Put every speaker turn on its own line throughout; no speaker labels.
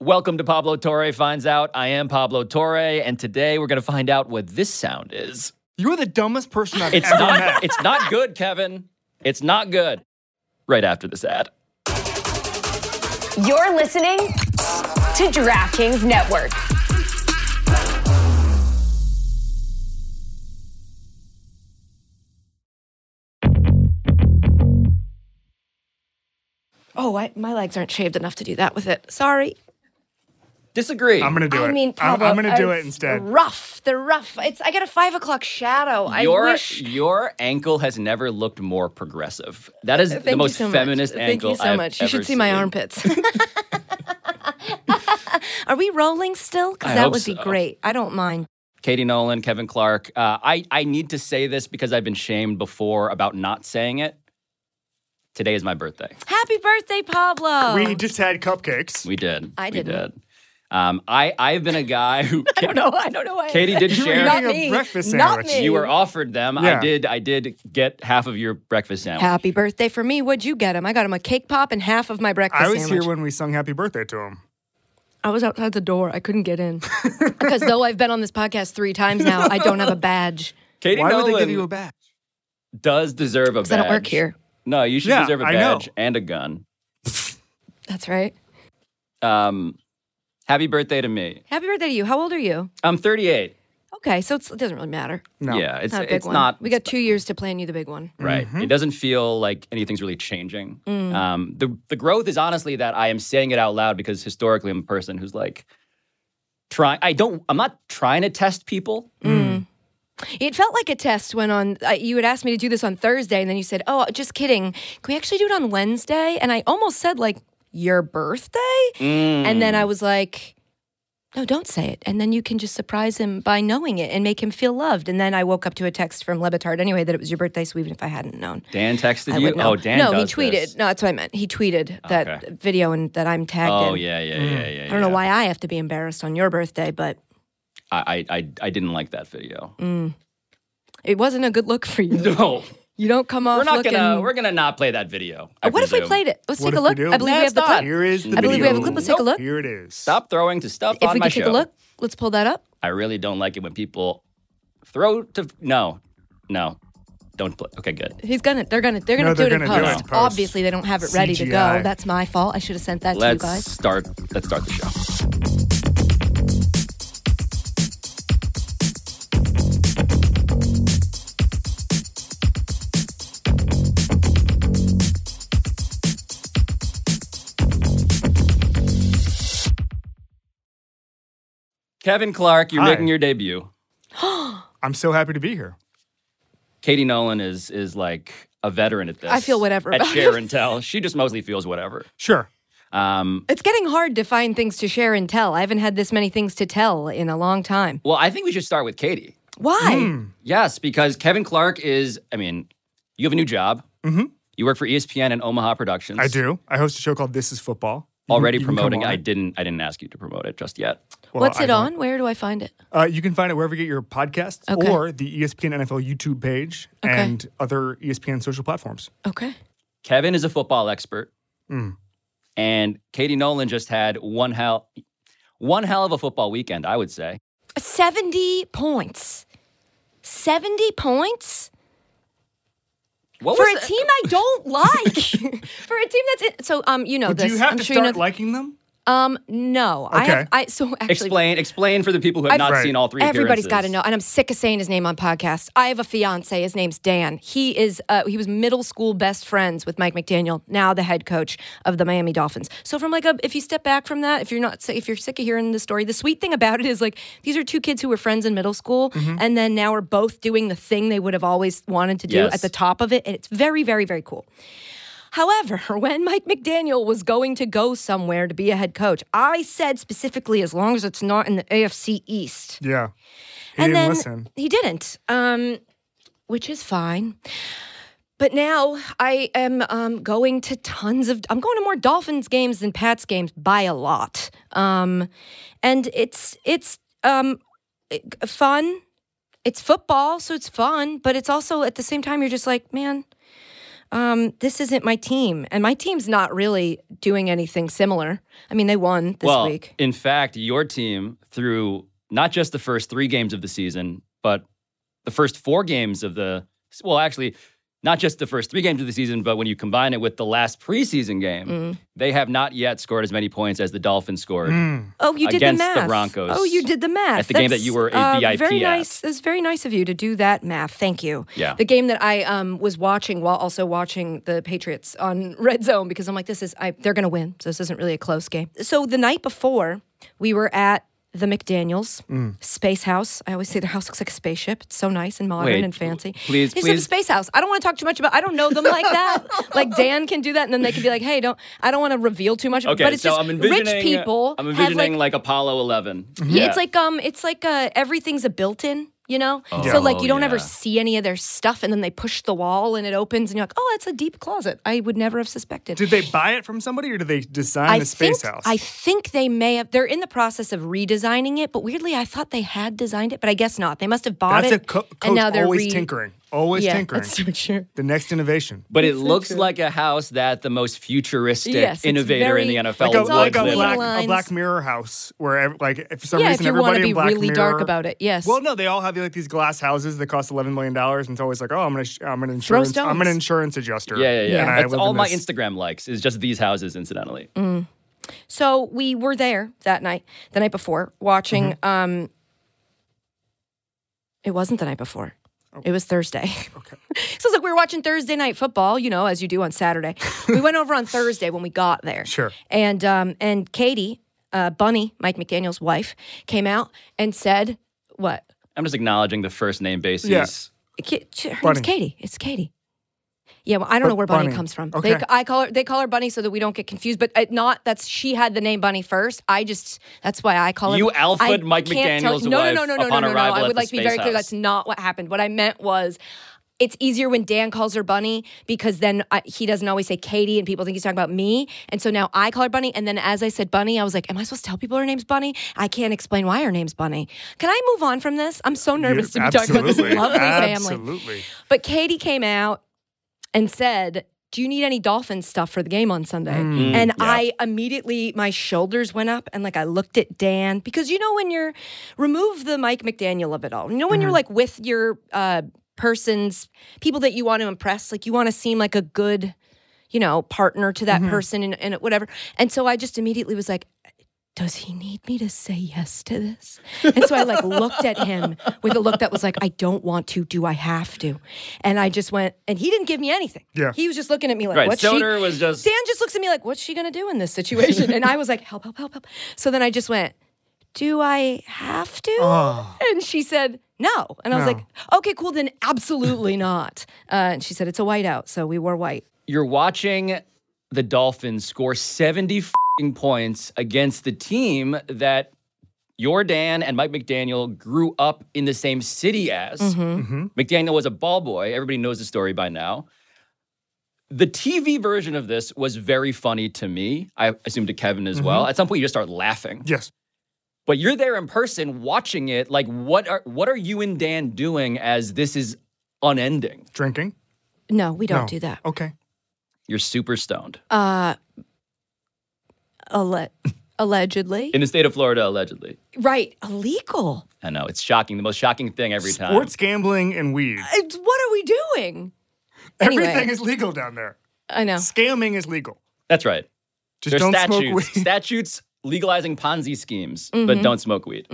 Welcome to Pablo Torre Finds Out. I am Pablo Torre, and today we're going to find out what this sound is.
You're the dumbest person I've
It's
ever met.
not, it's not good, Kevin. It's not good. Right after this ad.
You're listening to DraftKings Network.
Oh, I, my legs aren't shaved enough to do that with it. Sorry.
Disagree.
I'm gonna do
I
it.
mean,
I'm,
Pablo,
I'm gonna do it
it's
instead.
Rough. They're rough. It's. I got a five o'clock shadow. I
your
wish.
your ankle has never looked more progressive. That is
Thank
the most
you so
feminist
much.
ankle.
Thank you so
I've
much. You
ever
should see my
seen.
armpits. Are we rolling still?
I
Because that
hope
would be
so.
great. I don't mind.
Katie Nolan, Kevin Clark. Uh, I I need to say this because I've been shamed before about not saying it. Today is my birthday.
Happy birthday, Pablo.
We just had cupcakes.
We did.
I
We
didn't.
did. Um, I I've been a guy who
I don't know. I don't know why.
Katie did
You were
share.
Not
eating
me.
a breakfast
Not
sandwich.
me.
You were offered them. I
Yeah.
did. I did get half of your breakfast sandwich.
Happy birthday for me. What'd you get him? I got him a cake pop and half of my breakfast
I was
sandwich.
here when we sung "Happy Birthday" to him.
I was outside the door. I couldn't get in. because though I've been on this podcast three times now, I don't have a badge.
Katie
Why
Nolan
would they give you a badge?
does deserve a badge.
I don't work here.
No, you should
Yeah,
deserve a
I know.
badge and a gun.
That's right.
Um, happy birthday to me.
Happy birthday to you. How old are you?
I'm 38.
Okay, so it's, it doesn't really matter.
No.
Yeah, it's
It's not a big
it's
one.
not.
we got two years to plan you the big one.
right.
Mm-hmm.
It doesn't feel like anything's really changing.
Mm.
Um, the the growth is honestly that I am saying it out loud because historically I'm a person who's like trying. I don't. I'm not trying to test people.
It felt like a test when on uh, you had asked me to do this on Thursday, and then you said, "Oh, just kidding. Can we actually do it on Wednesday?" And I almost said like your birthday, and
Mm.
then I was like. No, don't say it. And then you can just surprise him by knowing it and make him feel loved. And then I woke up to a text from Lebitard anyway that it was your birthday, so even if I hadn't known.
Dan texted
I
you.
would know.
Oh, Dan.
No,
does
he tweeted.
this.
No, that's what I meant. He tweeted that
Okay.
video and that I'm tagged in.
Oh yeah, yeah, yeah, yeah.
Mm. I don't know why I have to be embarrassed on your birthday, but
I, I, I, I didn't like that video.
it wasn't a good look for you.
No,
You don't come Mm. off
we're not
looking.
gonna, we're gonna not play that video. I
what if we
presume.
played it? Let's
What
take a
if we
look.
do?
I believe we have the
Let's
clip.
not.
Here is the
I believe we have a
video.
clip. Let's take a look.
Here it is.
Stop throwing to stuff
If
on
we
my
could take
show.
a look, let's pull that up.
I really don't like it when people throw to. No, no, don't play. Okay, good.
He's gonna. They're gonna. They're gonna
No,
do
they're
it in
gonna do
post.
it in post.
Obviously, they don't have it ready to
CGI.
go. That's my fault. I should have sent that to you
Let's
guys.
start. Let's start the show. Kevin Clark, you're
Hi.
making your debut.
I'm so happy to be here.
Katie Nolan is is like a veteran at this.
I feel whatever
at
about
share and tell. She just mostly feels whatever.
Sure.
Um,
It's getting hard to find things to share and tell. I haven't had this many things to tell in a long time.
well, I think we should start with Katie.
Why?
Hmm.
Yes, because Kevin Clark is. I mean, you have a new job. Mm-hmm. You work for ESPN and Omaha Productions.
I do. I host a show called This Is Football. You can-
Already
you can come
promoting.
on
I
it.
didn't. I didn't ask you to promote it just yet.
Well,
What's
I
it
don't-
on? Where do I find it?
Uh, you can find it wherever you get your podcasts
Okay.
or the E ESPN NFL YouTube page and other E ESPN social platforms.
Okay.
Kevin is a football expert,
Mm.
and Katie Nolan just had one hell, one hell of a football weekend. I would say.
70 points. 70 points?
What
for
was
a
the-
team I don't like. for a team that's in, so um you know
Do
this.
you have
I'm
to
sure
start
you know
liking them?
um no. I
Okay.
have I so actually
Explain. Explain for the people who have
I've-
not
Right.
seen all three.
Everybody's got to
appearances.
know, and I'm sick of saying his name on podcasts. I have a fiance. His name's Dan. He is uh, he was middle school best friends with Mike McDaniel, now the head coach of the Miami Dolphins. So from like a, if you step back from that, if you're not si- if you're sick of hearing the story, the sweet thing about it is like these are two kids who were friends in middle school,
Mm-hmm.
and then now are both doing the thing they would have always wanted to do
Yes.
at the top of it, and it's very very very cool. However, when Mike McDaniel was going to go somewhere to be a head coach, I said specifically, as long as it's not in the AFC East
Yeah. He didn't
and then
listen.
he didn't um which is fine but now i am um, going to tons of i'm going to more dolphins games than pats games by a lot um and it's it's um fun it's football so it's fun but it's also at the same time you're just like man um, this isn't my team. And my team's not really doing anything similar. I mean, they won this
well,
week.
in fact, your team through not just the first three games of the season, but the first four games of the well, actually, not just the first three games of the season, but when you combine it with the last preseason game,
Mm.
they have not yet scored as many points as the Dolphins scored.
Mm.
Oh, you did the
against the
math.
Broncos
Oh, you did the math uh,
at the game that you were a VIP
Very
at.
nice. It was very nice of you to do that math. Thank you.
Yeah.
The game that I um, was watching while also watching the Patriots on Red Zone because I'm like, this is I, they're going to win. So this isn't really a close game. So the night before, we were at. The McDaniels Space House. I always say their house looks like a spaceship. It's so nice and modern
Wait,
and fancy.
please,
they just have a
please.
Space House. I don't want to talk too much about. I don't know them like that. like Dan can do that, and then they can be like, "Hey, don't." I don't want to reveal too much.
Okay,
but it's
so
just
I'm envisioning uh,
rich people.
I'm
have,
envisioning
like,
like, Apollo 11.
Mm-hmm.
yeah, it's like um, it's like uh, everything's a built-in, you know. So like you don't ever
Oh, yeah.
see any of their stuff, and then they push the wall and it opens, and you're like, oh, that's a deep closet. I would never have suspected.
Did they buy it from somebody or did they design
I
the space
think,
house?
I think they may have. They're in the process of redesigning it, but weirdly, I thought they had designed it, but I guess not. They must have bought
That's
it,
a co-
and
coach
now they're
always
re-
tinkering. Always
Yeah,
tinkering.
that's so true.
The next innovation.
But it looks like a house that the most futuristic
Yes, it's
innovator in
very-
the NFL
Like
Go-
would
It's all
like a
live in.
clean
black,
lines.
a black mirror house where ev- like if for some
Yeah, if
reason
you wanna
everybody
be
in black
really
mirror,
dark about it, yes.
Well, no, they all have like these glass houses that cost eleven million dollars, and it's always like, oh, I'm gonna, sh- I'm an
Throw
insurance, I'm an
stones.
insurance adjuster.
Yeah, yeah, yeah.
Yeah.
And I
That's
live
all
in
my
this.
Instagram likes is just these houses, incidentally.
So we were there that night, the night before, watching. Um, it wasn't the night before. It was Thursday. Okay. so it's like we were watching Thursday night football, you know, as you do on Saturday. we went over on Thursday when we got there.
Sure.
And um, and Katie, uh, Bunny, Mike McDaniel's wife, came out and said, "What?
I'm just acknowledging the first name basis.
Yeah.
Ki- ch- Her
Bunny.
name's Katie. It's Katie. Yeah, well, I don't know where Bunny,
Bunny.
comes from.
Okay.
They, I call her. They call her Bunny so that we don't get confused. But it not that's she had the name Bunny first. I just that's why I call her.
You
I
alphaed Mike
can't tell-
McDaniel's
no,
wife
no, no, no,
upon
no, no, no,
arrival
I
at the
would like to be
Space
very clear.
House.
That's not what happened. What I meant was. It's easier when Dan calls her Bunny because then I, he doesn't always say Katie and people think he's talking about me. And so now I call her Bunny. And then as I said Bunny, I was like, Am I supposed to tell people her name's Bunny? I can't explain why her name's Bunny. Can I move on from this? I'm so nervous to be talking about this
Absolutely.
lovely family.
Absolutely.
But Katie came out and said, do you need any dolphin stuff for the game on Sunday?
Mm. Mm-hmm.
And I immediately, my shoulders went up and like I looked at Dan because you know, when you're, remove the Mike McDaniel of it all. You know, when you're like with your uh, person's, people that you want to impress, like you want to seem like a good, you know, partner to that person and, and whatever. And so I just immediately was like, does he need me to say yes to this? And so I like looked at him with a look that was like, I don't want to. Do I have to? And I just went, and he didn't give me anything.
Yeah.
He was just looking at me like,
Right.
what's she?
Stoner was just.
Dan just looks at me like, what's she gonna do in this situation? And I was like, help, help, help, help. So then I just went, do I have to? And she said, no. And I was
Ah. No.
like, okay, cool, then absolutely not. Uh, and she said, it's a whiteout. So we wore white.
You're watching the Dolphins score 70 fing points against the team that your Dan and Mike McDaniel grew up in the same city as.
Mm-hmm.
McDaniel was a ball boy. Everybody knows the story by now. The TV version of this was very funny to me. I assume to Kevin as well. At some point, you just start laughing.
Yes.
But you're there in person watching it. Like, what are what are you and Dan doing as this is unending?
Drinking.
No, we don't
No.
do that.
Okay.
You're super stoned
Uh, alle- allegedly.
in the state of Florida, allegedly.
Right, illegal.
I know it's shocking. The most shocking thing every time.
Sports gambling and weed.
It's, what are we doing? Anyway.
Everything is legal down there.
I know.
Scamming is legal.
That's right.
Just
There's
don't smoke
statutes.
weed.
Statutes legalizing Ponzi schemes, but don't smoke weed.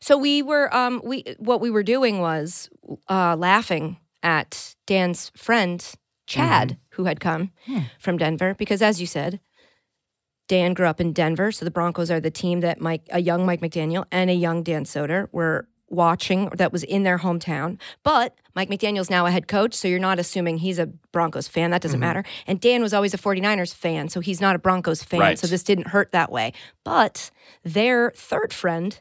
So we were, um, we what we were doing was uh, laughing at Dan's friend Chad, who had come from Denver, because as you said, Dan grew up in Denver, so the Broncos are the team that Mike, a young Mike McDaniel and a young Dan Soder were watching that was in their hometown. But Mike McDaniel's now a head coach, so you're not assuming he's a Broncos fan. That doesn't matter. And Dan was always a 49ers fan, so he's not a Broncos fan.
Right.
So this didn't hurt that way. But their third friend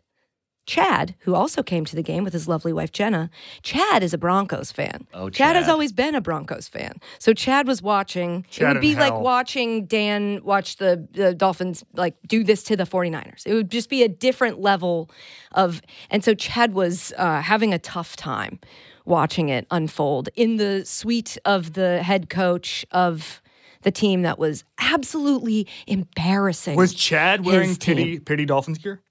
Chad, who also came to the game with his lovely wife Jenna, Chad is a Broncos fan.
Oh,
has
Chad.
always been a Broncos fan. So Chad was watching.
Chad
it would
in
be like
hell.
watching Dan watch the, the Dolphins like do this to the 49ers. It would just be a different level of. And so Chad was uh, having a tough time watching it unfold in the suite of the head coach of the team that was absolutely embarrassing.
Was Chad wearing
His team.
pity pity Dolphins gear?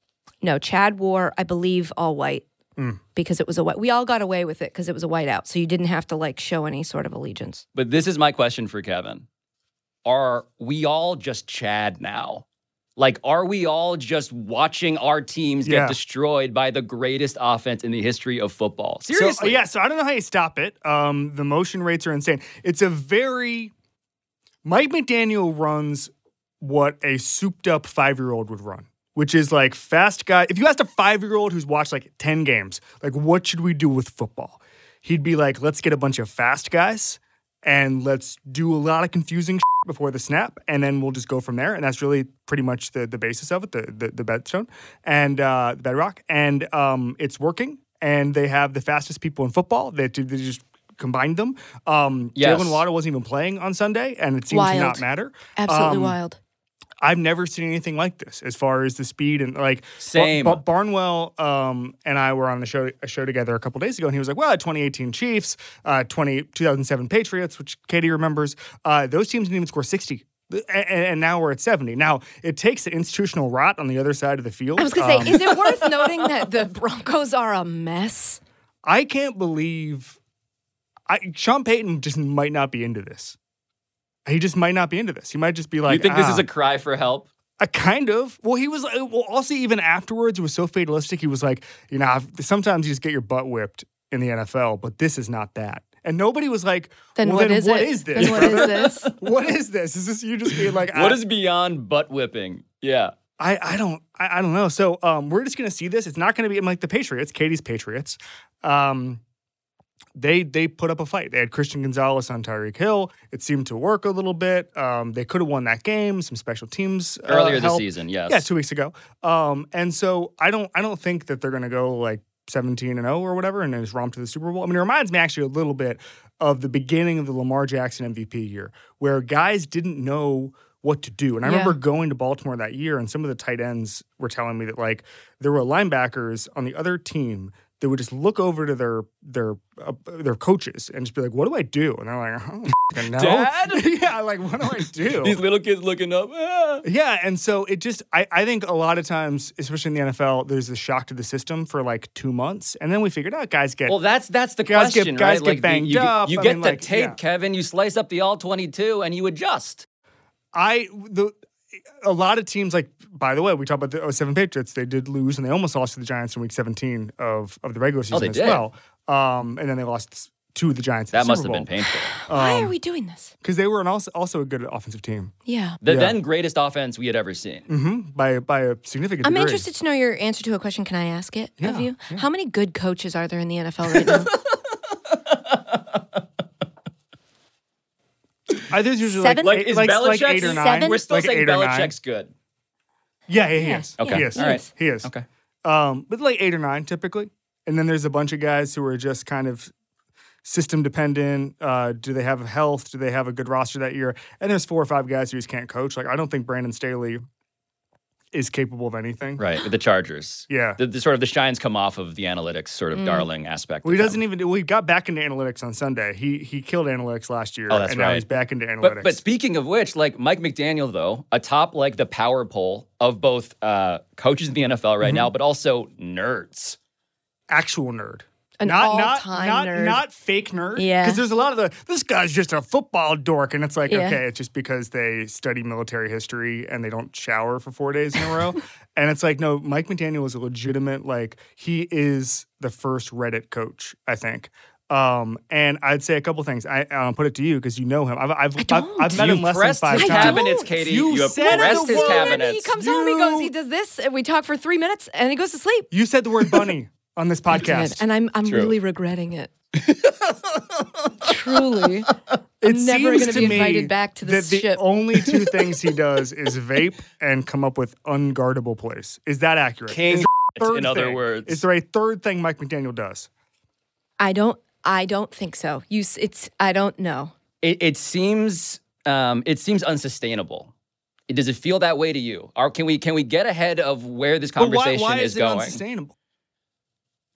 No, Chad wore, I believe, all white
Hmm.
because it was a white. We all got away with it because it was a white out, so you didn't have to like show any sort of allegiance.
But this is my question for Kevin. Are we all just Chad now? Like, are we all just watching our teams
Yeah.
get destroyed by the greatest offense in the history of football?
So, uh,
Seriously.
yeah, so I don't know how you stop it. Um, the motion rates are insane. It's a very Mike McDaniel runs what a souped up five year old would run, which is like fast guy. If you asked a five year old who's watched like 10 games, like, what should we do with football? He'd be like, let's get a bunch of fast guys and let's do a lot of confusing before the snap, and then we'll just go from there. And that's really pretty much the the basis of it, the the, the bedstone and uh, the bedrock. And um, it's working. And they have the fastest people in football. They, they just combined them. Um,
Yes.
Jalen Waddle wasn't even playing on Sunday, and it seemed to
Wild.
not matter.
Absolutely
Um,
wild.
I've never seen anything like this as far as the speed and like Bar-
Same.
Bar- Barnwell um, and I were on the show a show together a couple days ago, and he was like, "Well, 2018 Chiefs, uh, 20 2007 Patriots, which Katie remembers, uh, those teams didn't even score 60." A- a- And now we're at 70. Now, it takes the institutional rot on the other side of the field.
I was gonna
Um,
say, is it worth noting that the Broncos are a mess?
I can't believe I, Sean Payton just might not be into this. He just might not be into this. He might just be like,
you think this
"Ah."
is a cry for help?
A Uh, kind of. Well, he was. uh, Well, also even afterwards, it was so fatalistic. He was like, you know, I've, sometimes you just get your butt whipped in the NFL, but this is not that. And nobody was like,
Then
well,
what
then
is
what
it?
is this?
Then what is this?
what is this? Is this you just being like,
what
I,
is beyond butt whipping? Yeah.
I, I don't, I, I don't know. So um, we're just gonna see this. It's not gonna be I'm like the Patriots, Katie's Patriots. Um, they they put up a fight. They had Christian Gonzalez on Tyreek Hill. It seemed to work a little bit. Um, they could have won that game. Some special teams uh,
Earlier this
helped.
season, yes.
Yeah, two weeks ago. Um, and so I don't I don't think that they're gonna go like 17 and 0 or whatever and then just romp to the Super Bowl. I mean, it reminds me actually a little bit of the beginning of the Lamar Jackson MVP year, where guys didn't know what to do. And I
Yeah.
remember going to Baltimore that year, and some of the tight ends were telling me that like there were linebackers on the other team that would just look over to their their uh, their coaches and just be like, "What do I do?" And they're like, "I don't f***ing know."
Dad?
yeah, like what do I do?
These little kids looking up. ah.
Yeah, and so it just I, I think a lot of times, especially in the NFL, there's a shock to the system for like two months, and then we figured out guys get
Well, that's that's the
Guys get-
question, right?
guys get
like the-
banged
you,
up.
you
I
get
mean,
the
like,
tape,
yeah.
Kevin. You slice up the all twenty-two, and you adjust.
I the a lot of teams like by the way, we talked about the 07 Patriots, they did lose and they almost lost to the Giants in week 17 of of the regular season
Oh, they
as
did.
well. Um, and then they lost to the Giants.
That must have been painful.
Um,
Why are we doing this?
because they were an also also a good offensive team
Yeah.
The
Yeah. Mm-hmm.
then greatest offense we had ever seen.
by by a significant.
I'm
degree.
interested to know your answer to a question. Can I ask it
Yeah,
of you? How many good coaches are there in the NFL right now?
I think it's usually
Seven?
like
Like
eight-
is
like,
Belichick?
like eight or nine.
Seven?
We're still
like
saying
eight or nine.
Belichick's good.
Yeah, yeah, he
Yeah,
is.
Okay.
He is.
All right.
He is.
Okay.
Um, but like eight or nine typically. And then there's a bunch of guys who are just kind of system dependent. Uh, do they have health? Do they have a good roster that year? And there's four or five guys who just can't coach. Like I don't think Brandon Staley is capable of anything.
Right. With the Chargers.
Yeah.
The, the sort of the shines come off of the analytics sort of darling aspect.
Well,
of
he
them.
doesn't even. We got back into analytics on Sunday. He he killed analytics last year,
Oh, that's
and now
right.
he's back into analytics.
But, but speaking of which, like Mike McDaniel, though, atop like the power pole of both uh, coaches in the NFL right
Mm-hmm.
now, but also nerds.
actual nerd.
An
not not
all-time
not,
nerd.
not fake nerd.
Yeah.
Because there's a lot of the this guy's just a football dork, and it's like
Yeah.
okay, it's just because they study military history and they don't shower for four days in a row, and it's like no, Mike McDaniel is a legitimate like he is the first Reddit coach, I think. Um, and I'd say a couple things. I I'll put it to you because you know him. I've I've, I've,
don't.
I've met
you
him less than
pressed
five
his
I
times.
don't.
cabinets, Katie.
You
You, have
said it
pressed
the
his
word.
He
cabinets.
comes home, he goes, he
You-
does this, and we talk for three minutes, and he goes to sleep.
You said the word bunny on this podcast.
And I'm I'm
True.
really regretting it. Truly.
It
I'm never
seems
gonna
to
be
me
invited back to this
that the
ship.
only two things he does is vape and come up with unguardable plays. Is that accurate?
King
Is third
in other
thing.
words.
Is there a third thing Mike McDaniel does?
I don't. I don't think so. You. s- It's. I don't know.
It, it seems um, it seems unsustainable. It- Does it feel that way to you? Or can we can we get ahead of where this
But
conversation
why, why is,
is
it
going?
unsustainable?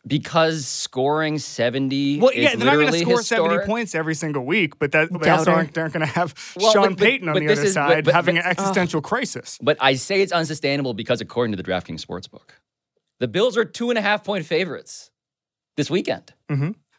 Because scoring seventy
Well,
is
yeah, they're not going
literally
to score
historic.
seventy points every single week, but that they
Doubt
also
it.
aren't, aren't going to have
Well,
Sean
but- but-
Payton on
but
the
this
other
is- but-
side
but-
having
but-
an existential crisis.
But I say it's unsustainable because according to the DraftKings Sportsbook, the Bills are two and a half point favorites this weekend.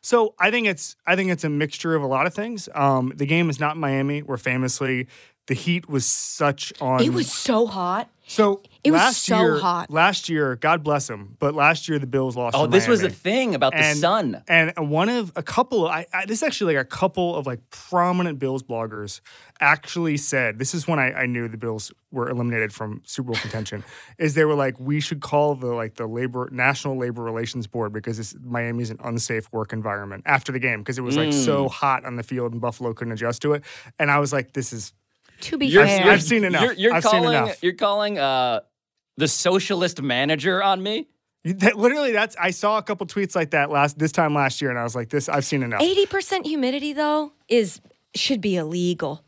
So I think it's I think it's a mixture of a lot of things. Um, the game is not in Miami, where famously the heat was such on.
It was so hot.
so.
it was
last
so
year,
hot.
Last year, God bless him, but last year the Bills lost.
Oh,
to
this was the
Miami.
thing about the
and,
sun.
And one of a couple, I, I this is actually like a couple of like prominent Bills bloggers actually said this is when I, I knew the Bills were eliminated from Super Bowl contention. is they were like, we should call the like the labor National Labor Relations Board because this, Miami's an unsafe work environment after the game because it was like
Mm.
so hot on the field and Buffalo couldn't adjust to it. And I was like, this is
To be
I've-
fair,
I've seen enough.
You're, you're
I've seen
calling,
enough.
You're calling uh, the socialist manager on me.
that, literally that's. I saw a couple tweets like that last this time last year, and I was like, this I've seen enough.
eighty percent humidity though is should be illegal.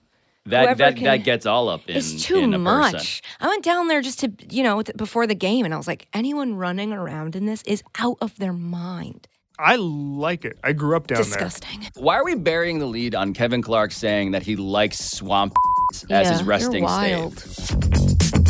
That
Whoever
that,
can-
that gets all up in.
It's too
in a person.
much. I went down there just to, you know, with- before the game, and I was like, anyone running around in this is out of their mind.
I like it. I grew up down there.
Disgusting.
Why are we burying the lead on Kevin Clark saying that he likes swamp as
yeah,
his resting
you're wild.
state?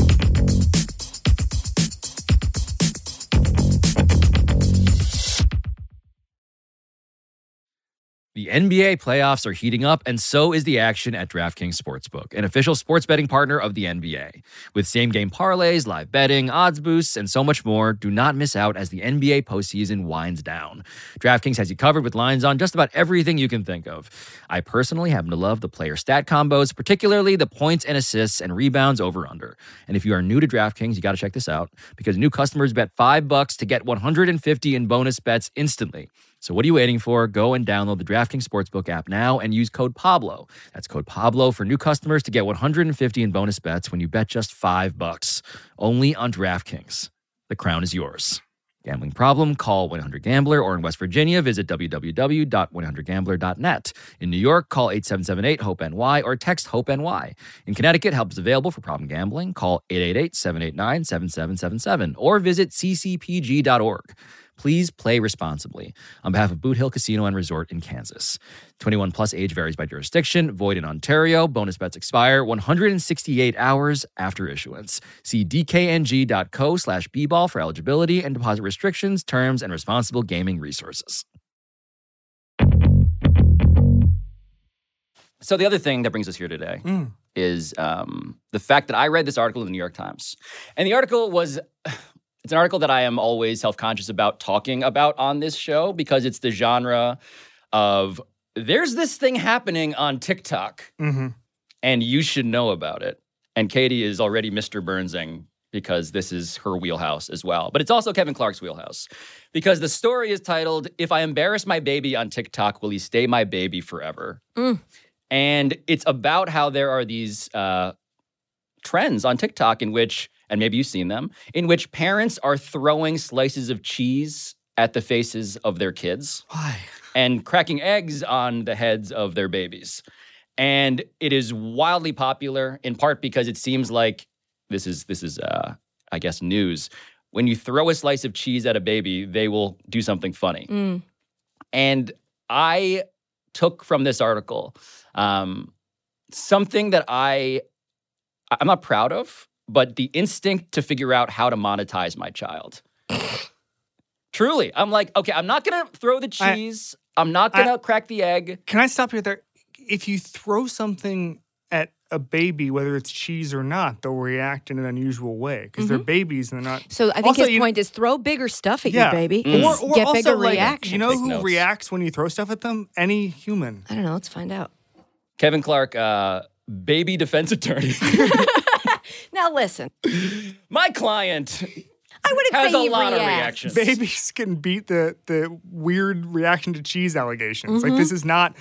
The NBA playoffs are heating up, and so is the action at DraftKings Sportsbook, an official sports betting partner of the NBA. With same game parlays, live betting, odds boosts, and so much more, do not miss out as the NBA postseason winds down. DraftKings has you covered with lines on just about everything you can think of. I personally happen to love the player stat combos, particularly the points and assists and rebounds over under. And if you are new to DraftKings, you got to check this out because new customers bet 5 bucks to get 150 in bonus bets instantly. So what are you waiting for? Go and download the DraftKings Sportsbook app now and use code Pablo. That's code Pablo for new customers to get 150 in bonus bets when you bet just 5 bucks. Only on DraftKings. The crown is yours. Gambling problem? Call 1-800-GAMBLER or in West Virginia visit www.100gambler.net. In New York, call 877-8-HOPE-NY E or text HOPE-NY. E In Connecticut, help is available for problem gambling. Call 888-789-7777 or visit ccpg.org. Please play responsibly. On behalf of Boot Hill Casino and Resort in Kansas. 21 plus age varies by jurisdiction, void in Ontario. Bonus bets expire 168 hours after issuance. See dkng.co slash bball for eligibility and deposit restrictions, terms, and responsible gaming resources.
So the other thing that brings us here today
Mm.
is um, the fact that I read this article in the New York Times, and the article was. It's an article that I am always self conscious about talking about on this show because it's the genre of there's this thing happening on TikTok
hmm
and you should know about it. And Katie is already Mr. Burnsing because this is her wheelhouse as well. But it's also Kevin Clark's wheelhouse because the story is titled If I Embarrass My Baby on TikTok, Will He Stay My Baby Forever?
Mm.
And it's about how there are these uh, trends on TikTok in which, and maybe you've seen them, in which parents are throwing slices of cheese at the faces of their kids
Why?
and cracking eggs on the heads of their babies. And it is wildly popular in part because it seems like this is this is uh, I guess news. When you throw a slice of cheese at a baby, they will do something funny.
Mm.
And I took from this article um, something that I I- I'm not proud of, but the instinct to figure out how to monetize my child. Truly, I'm like, okay, I'm not gonna throw the
I-
cheese. I, am not
I-
gonna crack the egg.
Can I stop you there? If you throw something at a baby, whether it's cheese or not, they'll react in an unusual way because they're babies and they're not.
So I think
Also,
his
you-
point is throw bigger stuff at
Yeah,
Mm-hmm. you, baby.
Mm.
and
Or, or
get
also,
bigger
like,
reaction.
You know
Take
who
notes.
reacts when you throw stuff at them? Any human.
I don't know. Let's find out.
Kevin Clark, uh, baby defense attorney.
Now listen,
my client
I wouldn't
has
say
a
he
lot of
reacts.
reactions.
Babies can beat the the weird reaction to cheese allegations.
Mm-hmm.
Like this is not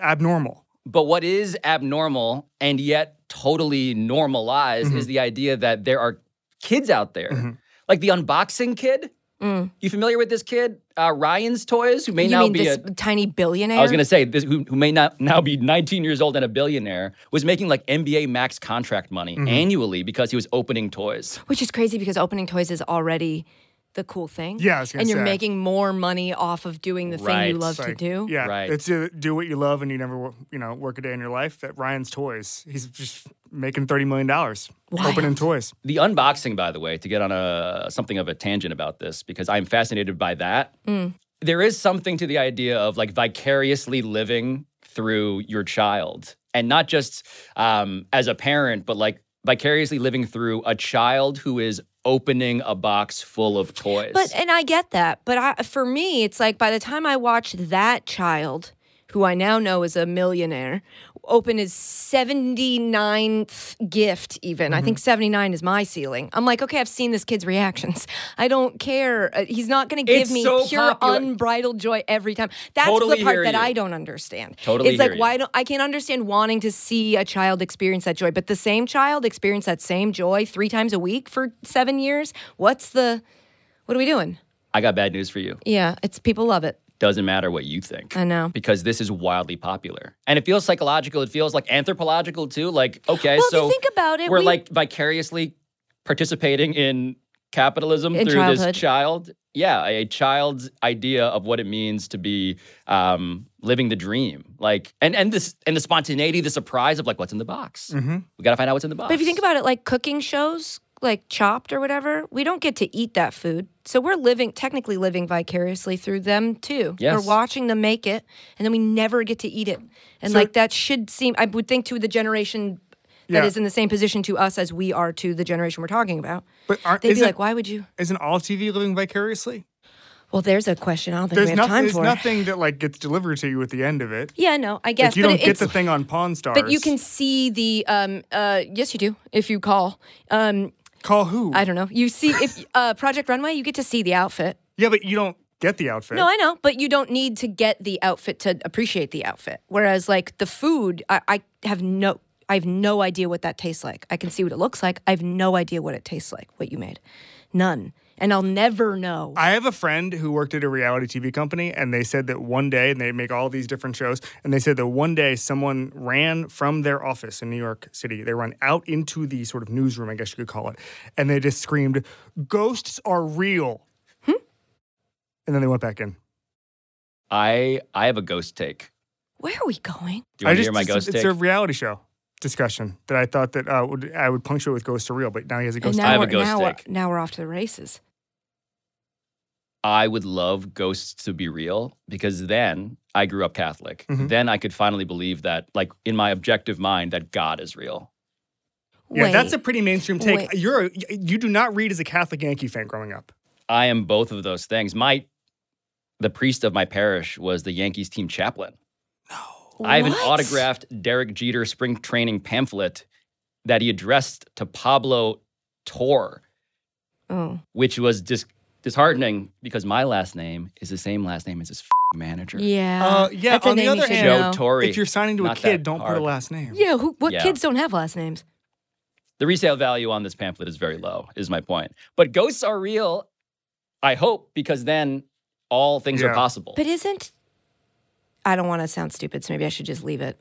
abnormal.
But what is abnormal and yet totally normalized is the idea that there are kids out there, like the unboxing kid You familiar with this kid, uh, Ryan's Toys, who may
Mm. you
now
mean
be
this
a
tiny billionaire?
I was going to say this, who, who may not now be 19 years old and a billionaire was making like NBA max contract money annually because he was opening toys.
Which is crazy because opening toys is already the cool thing.
Yeah, I was gonna
and you're
say.
making more money off of doing the thing
Right.
you love
It's
to
like,
do.
Yeah,
Right.
It's uh, do what you love and you never wo- you know work a day in your life. That Ryan's Toys. He's just making thirty million dollars opening
Wild.
toys.
The unboxing, by the way, to get on a something of a tangent about this because I'm fascinated by that.
Mm.
There is something to the idea of like vicariously living through your child, and not just um, as a parent, but like vicariously living through a child who is opening a box full of toys.
But eh and I get that, but I, for me, it's like by the time I watch that child, who I now know is a millionaire, open his 79th gift. Even I think
Mm-hmm.
seventy nine is my ceiling. I'm like, okay, I've seen this kid's reactions. I don't care. Uh, He's not going to give
It's
me
so
pure
popular.
unbridled joy every time. That's
Totally
the part
hear
that
you.
I don't understand.
Totally
it's like
hear you.
why don't I can't understand wanting to see a child experience that joy, but the same child experience that same joy three times a week for seven years. What's the what are we doing?
I got bad news for you.
Yeah, it's people love it.
doesn't matter what you think.
I know.
Because this is wildly popular. And it feels psychological. It feels like anthropological too. Like, okay,
Well, if you
so
think about it,
we're
we-
like vicariously participating in capitalism
In
through
childhood.
this child. Yeah, a child's idea of what it means to be um, living the dream. Like and and this and the spontaneity, the surprise of like what's in the box.
Mm-hmm.
We gotta find out what's in the box.
But if you think about it, like cooking shows, like Chopped or whatever, we don't get to eat that food, so we're living technically living vicariously through them too.
Yes.
We're watching them make it, and then we never get to eat it. And like that should seem, I would think, to the generation that is
Yeah.
in the same position to us as we are to the generation we're talking about.
But aren't,
They'd be
isn't,
like, "Why would you?"
isn't all TV living vicariously?
Well, there's a question. I don't think
There's
we have
nothing.
time
There's
for.
nothing that like gets delivered to you at the end of it.
Yeah, no, I guess.
like you
but
don't
it-
get
it's
the thing on Pawn Stars.
But you can see the um uh yes you do if you call um
call who?
I don't know you see if uh Project Runway you get to see the outfit
yeah, but you don't get the outfit.
no I know but you don't need to get the outfit to appreciate the outfit whereas like the food I, I have no I have no idea what that tastes like I can see what it looks like I have no idea what it tastes like what you made none and I'll never know
I have a friend who worked at a reality TV company, and they said that one day, and they make all these different shows, and they said that one day someone ran from their office in New York City. They ran out into the sort of newsroom, I guess you could call it, and they just screamed, Ghosts are real.
Hmm?
And then they went back in.
I I have a ghost take.
where are we going
Do you wanna
just,
hear my
it's,
ghost
it's
take?
a reality show discussion that I thought that uh, would, I would punctuate with Ghosts are real, but now he has a
and
ghost.
now
I have a
we're,
ghost
now, we're-
take.
now we're off to the races
I would love ghosts to be real because then I grew up Catholic.
Mhm.
Then I could finally believe that, like in my objective mind, that God is real.
yeah, that's a
Wait.
pretty mainstream take.
Wait.
You're a, you do not read as a Catholic Yankee fan growing up.
I am both of those things. My the priest of my parish was the Yankees team chaplain. I have an
What?
autographed Derek Jeter spring training pamphlet that he addressed to Pablo Tor,
oh
which was dis- disheartening because my last name is the same last name as his f- manager.
yeah
Uh, yeah,
that's a
on the
name you
other
should
hand-
Joe
know.
Torre.
If you're signing to a
Not
kid,
that
don't put
hard.
a last name.
Yeah, who, what
Yeah.
kids don't have last names?
the resale value on this pamphlet is very low is my point but ghosts are real i hope because then all things
Yeah.
are possible
But isn't I don't want to sound stupid, so maybe I should just leave it.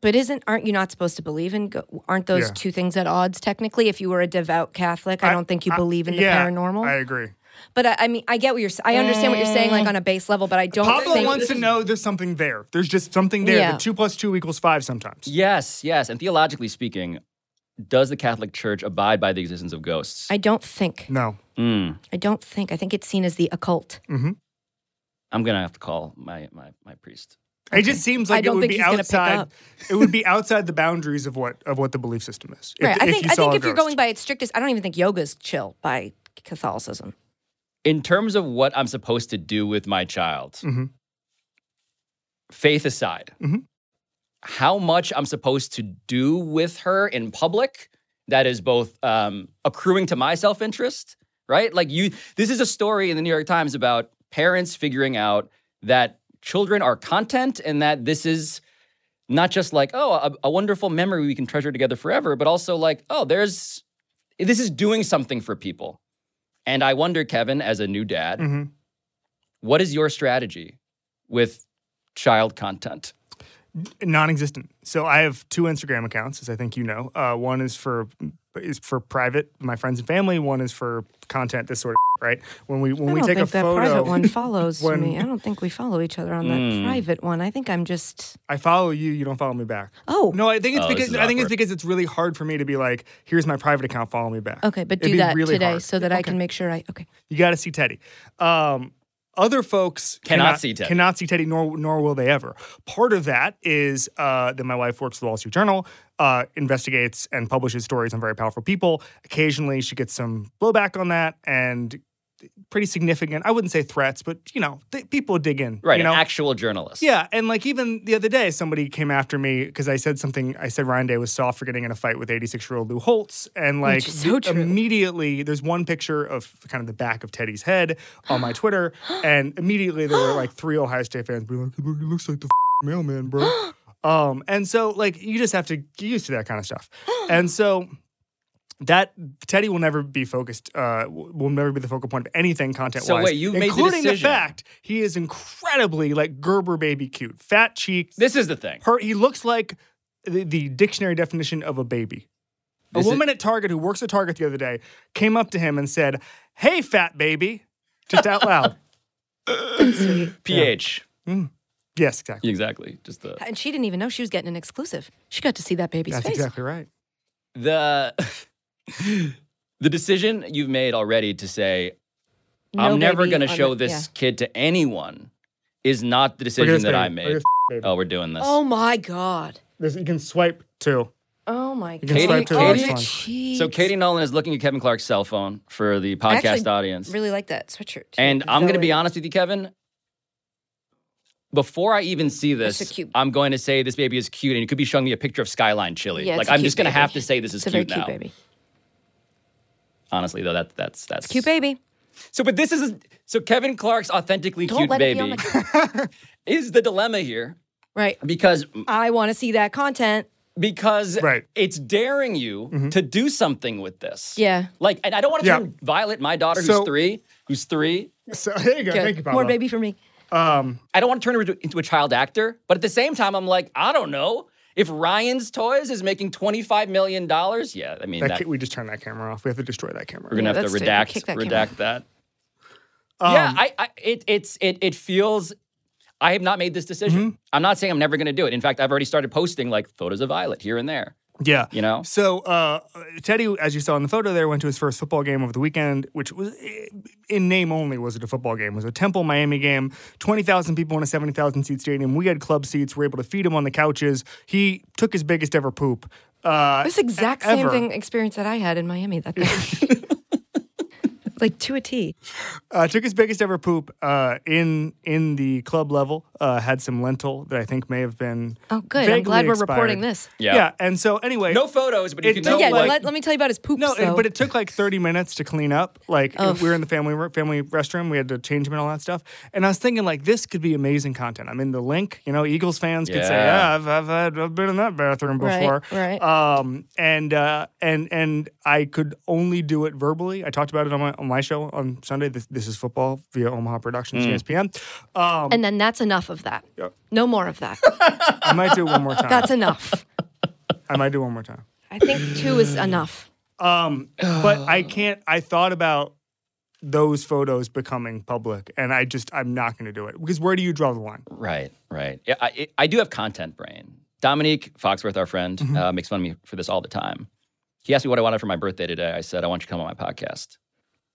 But isn't aren't you not supposed to believe in go- aren't those
Yeah.
two things at odds technically? If you were a devout Catholic, I, don't think you believe in the
yeah,
paranormal.
I agree.
but I, I mean, I get what you're. s- I understand what you're saying, like on a base level. But I don't
Pablo
think
wants to know there's something there. There's just something there.
Yeah.
The two plus two equals five sometimes.
yes yes and theologically speaking does the catholic church abide by the existence of ghosts
I don't think.
No.
Mm,
I don't think. I think it's seen as the occult.
i'm gonna have to call my my, my priest
It just seems like
I
it
don't
would
think
be
he's gonna pick
outside.
up.
It would be outside the boundaries of what of what the belief system is. If,
right. I
if
think.
you
I
saw
think
a
if you're
ghost.
going by its strictest, I don't even think yoga's chill by Catholicism.
in terms of what i'm supposed to do with my child
Mhm.
faith aside
Mhm.
how much i'm supposed to do with her in public that is both um, accruing to my self-interest right like you this is a story in the new york times about parents figuring out that children are content and that this is not just like oh a, a wonderful memory we can treasure together forever but also like oh there's this is doing something for people And I wonder, Kevin, as a new dad,
Mm-hmm.
what is your strategy with child content?
non-existent. So I have two Instagram accounts, as I think you know. Uh, one is for is for private, my friends and family. One is for content, this sort of right. When we when
I
we
don't
take
think
a
that
photo,
private one follows
when-
me. I don't think we follow each other on that private one. I think I'm just
I follow you, you don't follow me back.
oh
No, I think it's
Oh, this
because
is
I think it's
awkward.
because it's really hard for me to be like, here's my private account, follow me back.
okay, but
It'd
do
be
that
really
today
hard.
so that I can make sure I okay.
You got to see Teddy. Um, other folks
Cannot see Teddy.
Cannot see Teddy, nor nor will they ever. Part of that is uh, that my wife works for the Wall Street Journal, uh, investigates and publishes stories on very powerful people. Occasionally, she gets some blowback on that, and pretty significant. I wouldn't say threats, but you know, th- people dig in.
Right,
You know?
an actual journalist.
Yeah, and like even the other day, somebody came after me because I said something. I said Ryan Day was soft for getting in a fight with 86 year old Lou Holtz, and like
Which is so true.
immediately, there's one picture of kind of the back of Teddy's head on my Twitter, and immediately there were like three Ohio State fans being like, "Look, "It looks like the f- mailman, bro." um, and so like you just have to get used to that kind of stuff, and so that Teddy will never be focused. Uh, w- will never be the focal point of anything content-wise.
So wait, you've made the
including
decision.
fact he is incredibly like Gerber baby cute, fat cheeks.
This is the thing.
Her, he looks like the, the dictionary definition of a baby. A
This is-
woman at Target who works at Target the other day came up to him and said, "Hey, fat baby," just out loud.
PH.
Yes, exactly.
Exactly. Just the
And she didn't even know she was getting an exclusive. She got to see that baby's
That's
face.
exactly right.
the the decision you've made already to say
No
I'm never
baby
going to
on
show
the-
this
yeah.
kid to anyone is not the
Look at
decision
this
that I
baby. Look at
made.
this baby.
Oh, we're doing this.
Oh my god.
This- you can swipe too.
Oh my god.
can
swipe to the
oh,
next
my
one.
cheeks.
so Katie Nolan is looking at Kevin Clark's cell phone for the
I
podcast
actually
audience.
Really like that sweatshirt.
and I'm going to be
Velvet.
honest with you, Kevin. Before I even see
That's
this,
so cute.
I'm going to say this baby is cute, and you could be showing me a picture of Skyline Chili.
Yeah, it's
like
a
I'm
cute
just going to
baby.
have to say this is
It's a very
cute
cute
now.
baby.
Honestly, though, that that's that's
Cute baby.
So, but this is so Kevin Clark's authentically
Don't
cute
let it be
baby
on
is the dilemma here
Right.
because
I want to see that content.
because
Right. Mm-hmm.
it's daring you to do something with this.
Yeah.
Like, and I don't want to
Yeah.
turn Violet, my daughter, who's
So-
three, who's three.
So there you go. Thank you, Pablo.
More baby for me.
Um,
I don't want to turn her into, into a child actor, but at the same time, I'm like, I don't know if Ryan's Toys is making twenty five million dollars. Yeah, I mean,
that
that,
ca- we just turned that camera off. We have to destroy that camera.
we're gonna
Yeah,
have to
that's
redact
stupid. Kick that camera.
redact that.
Um,
yeah, I, I it it's it it feels. I have not made this decision.
Mm-hmm.
I'm not saying I'm never going to do it. In fact, I've already started posting like photos of Violet here and there.
Yeah.
You know?
So uh, Teddy, as you saw in the photo there, went to his first football game over the weekend, which was eh, in name only was it a football game. It was a Temple Miami game. Twenty thousand people in a seventy thousand seat stadium. We had club seats. We were able to feed him on the couches. He took his biggest ever poop. Uh,
This exact
e-
same
ever.
thing experience that I had in Miami that day. like to a T.
uh, took his biggest ever poop uh, in in the club level. Uh, had some lentil that I think may have been.
Oh, good. I'm glad
vaguely
we're
expired.
reporting this.
Yeah.
Yeah. And so anyway,
No photos, but you
It
can
felt
tell
yeah,
like-
let, let me tell you about his poops.
No,
though.
it, but it took like 30 minutes to clean up. Like it- we were in the family ro- family restroom, we had to change him and all that stuff. And I was thinking like this could be amazing content. I mean, the link, you know, Eagles fans could say,
Yeah.
"Yeah, I've I've, had, I've been in that bathroom
Right,
before."
right.
Um, and uh, and and I could only do it verbally. I talked about it on my on my show on Sunday. This, this is football via Omaha Productions, E ESPN. Um,
and then that's enough of that. No more of that.
I might do it one more time.
That's enough.
I might do it one more time.
I think two is enough.
Um, but I can't. I thought about those photos becoming public, and I just I'm not going to do it because where do you draw the line?
Right, right. Yeah, I, I- I do have content brain. Dominique Foxworth, our friend,
Mm-hmm.
uh, makes fun of me for this all the time. He asked me what I wanted for my birthday today. I said, I want you to come on my podcast.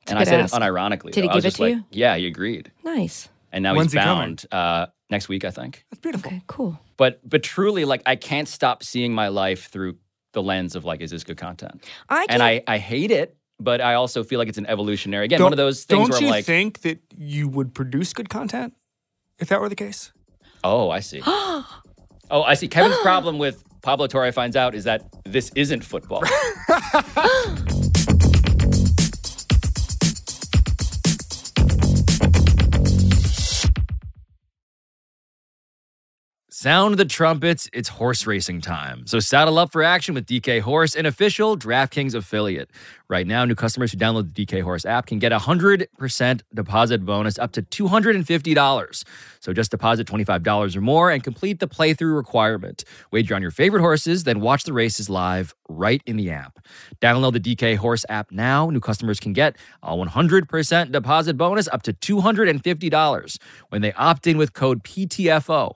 and I
good
said
ask.
it unironically.
Did he
though. I was
give it
just
to
like,
you?
Yeah, he agreed.
Nice.
And now
When's
he's
he coming?
bound uh, next week, I think.
That's beautiful.
Okay, cool.
But but truly, like I can't stop seeing my life through the lens of like, is this good content?
I can't,
And I, I hate it, but I also feel like it's an evolutionary again, one of those things
Don't
where I'm
you
like,
think that you would produce good content if that were the case?
Oh, I see. oh, I see. Kevin's problem with Pablo Torre finds out is that this isn't football. Sound the trumpets, it's horse racing time. So saddle up for action with DK Horse, an official DraftKings affiliate. Right now, new customers who download the DK Horse app can get a 100% deposit bonus up to $250. So just deposit $25 or more and complete the playthrough requirement. Wager on your favorite horses, then watch the races live right in the app. Download the DK Horse app now. New customers can get a 100% deposit bonus up to $250 when they opt in with code PTFO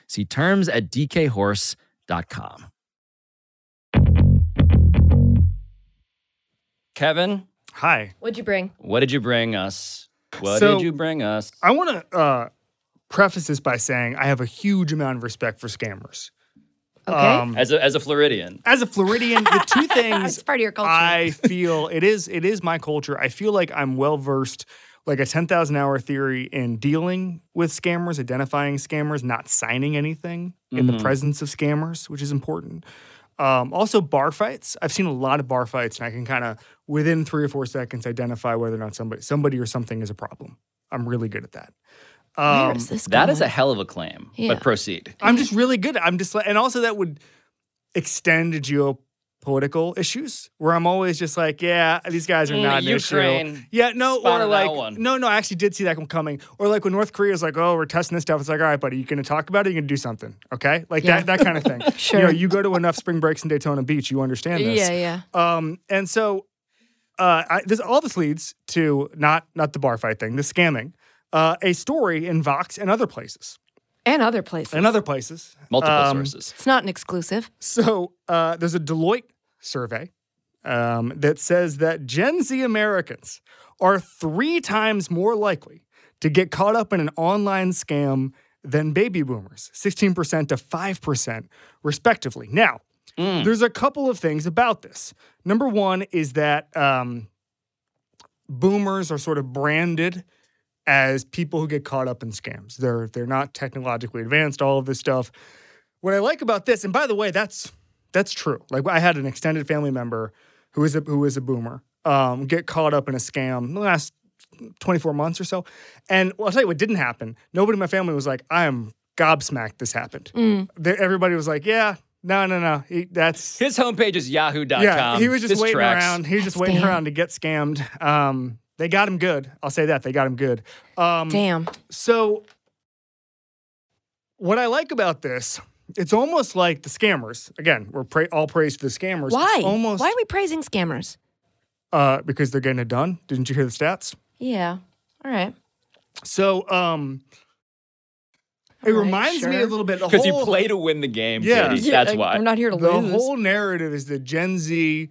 See terms at dkhorse.com.
Kevin,
Hi.
What'd you bring?
what did you bring us? What
So-
did you bring us?
I want to uh, preface this by saying I have a huge amount of respect for scammers. Um,
Okay.
As a, as a Floridian,
as a Floridian, the two things
It's part of your culture.
I feel it is it is my culture. I feel like I'm well versed, like a ten thousand hour theory in dealing with scammers, identifying scammers, not signing anything in the presence of scammers, which is important. Um, also, bar fights. I've seen a lot of bar fights, and I can kind of within three or four seconds identify whether or not somebody somebody or something is a problem. I'm really good at that. um,
Where is this
that is a
going?
hell of a claim.
Yeah.
But proceed.
I'm just really good. I'm just like, and also that would extend to geopolitical issues where I'm always just like, yeah, these guys are
Mm,
not an issue.
Ukraine.
Yeah, no,
Spotted that
or like,
one.
no, no, I actually did see that one coming. Or like when North Korea's like, oh, we're testing this stuff. It's like, all right, buddy, you gonna talk about it? You gonna do something? Okay, like
Yeah.
that, that kind of thing. You
Sure.
know, you go to enough spring breaks in Daytona Beach, you understand this.
Yeah, yeah.
Um, and so uh, I, this all this leads to not not the bar fight thing, the scamming, uh, a story in Vox and other places,
And other places.
and other places,
Multiple
Um,
sources.
it's not an exclusive.
so uh, there's a Deloitte survey um, that says that Gen Z Americans are three times more likely to get caught up in an online scam than baby boomers, 16% to 5%, respectively. Now, there's a couple of things about this. Number one is that um, boomers are sort of branded as people who get caught up in scams. They're they're not technologically advanced, all of this stuff. What I like about this, and by the way, that's that's true. Like I had an extended family member who is a who is a boomer um, get caught up in a scam in the last 24 months or so. And well, I'll tell you what didn't happen. Nobody in my family was like, I am gobsmacked this happened. They- everybody was like, yeah, no, no, no. He, that's
His homepage is yahoo.com.
yeah, he was just
This
waiting
tracks.
around. He was just waiting
Scam.
around to get scammed. Um, they got him good. I'll say that they got him good. Um,
Damn.
so, what I like about this, it's almost like the scammers. Again, we're pra- all praise to the scammers. It's
Why?
almost
Why are we praising scammers?
uh, because they're getting it done. Didn't you hear the stats?
Yeah. All right.
So, um, it
All right,
reminds me a
sure.
little bit the
Because you
whole-
play to win the game.
Yeah.
Katie.
Yeah,
That's
I-
why.
I'm not here to
the
lose.
whole narrative is that Gen Z,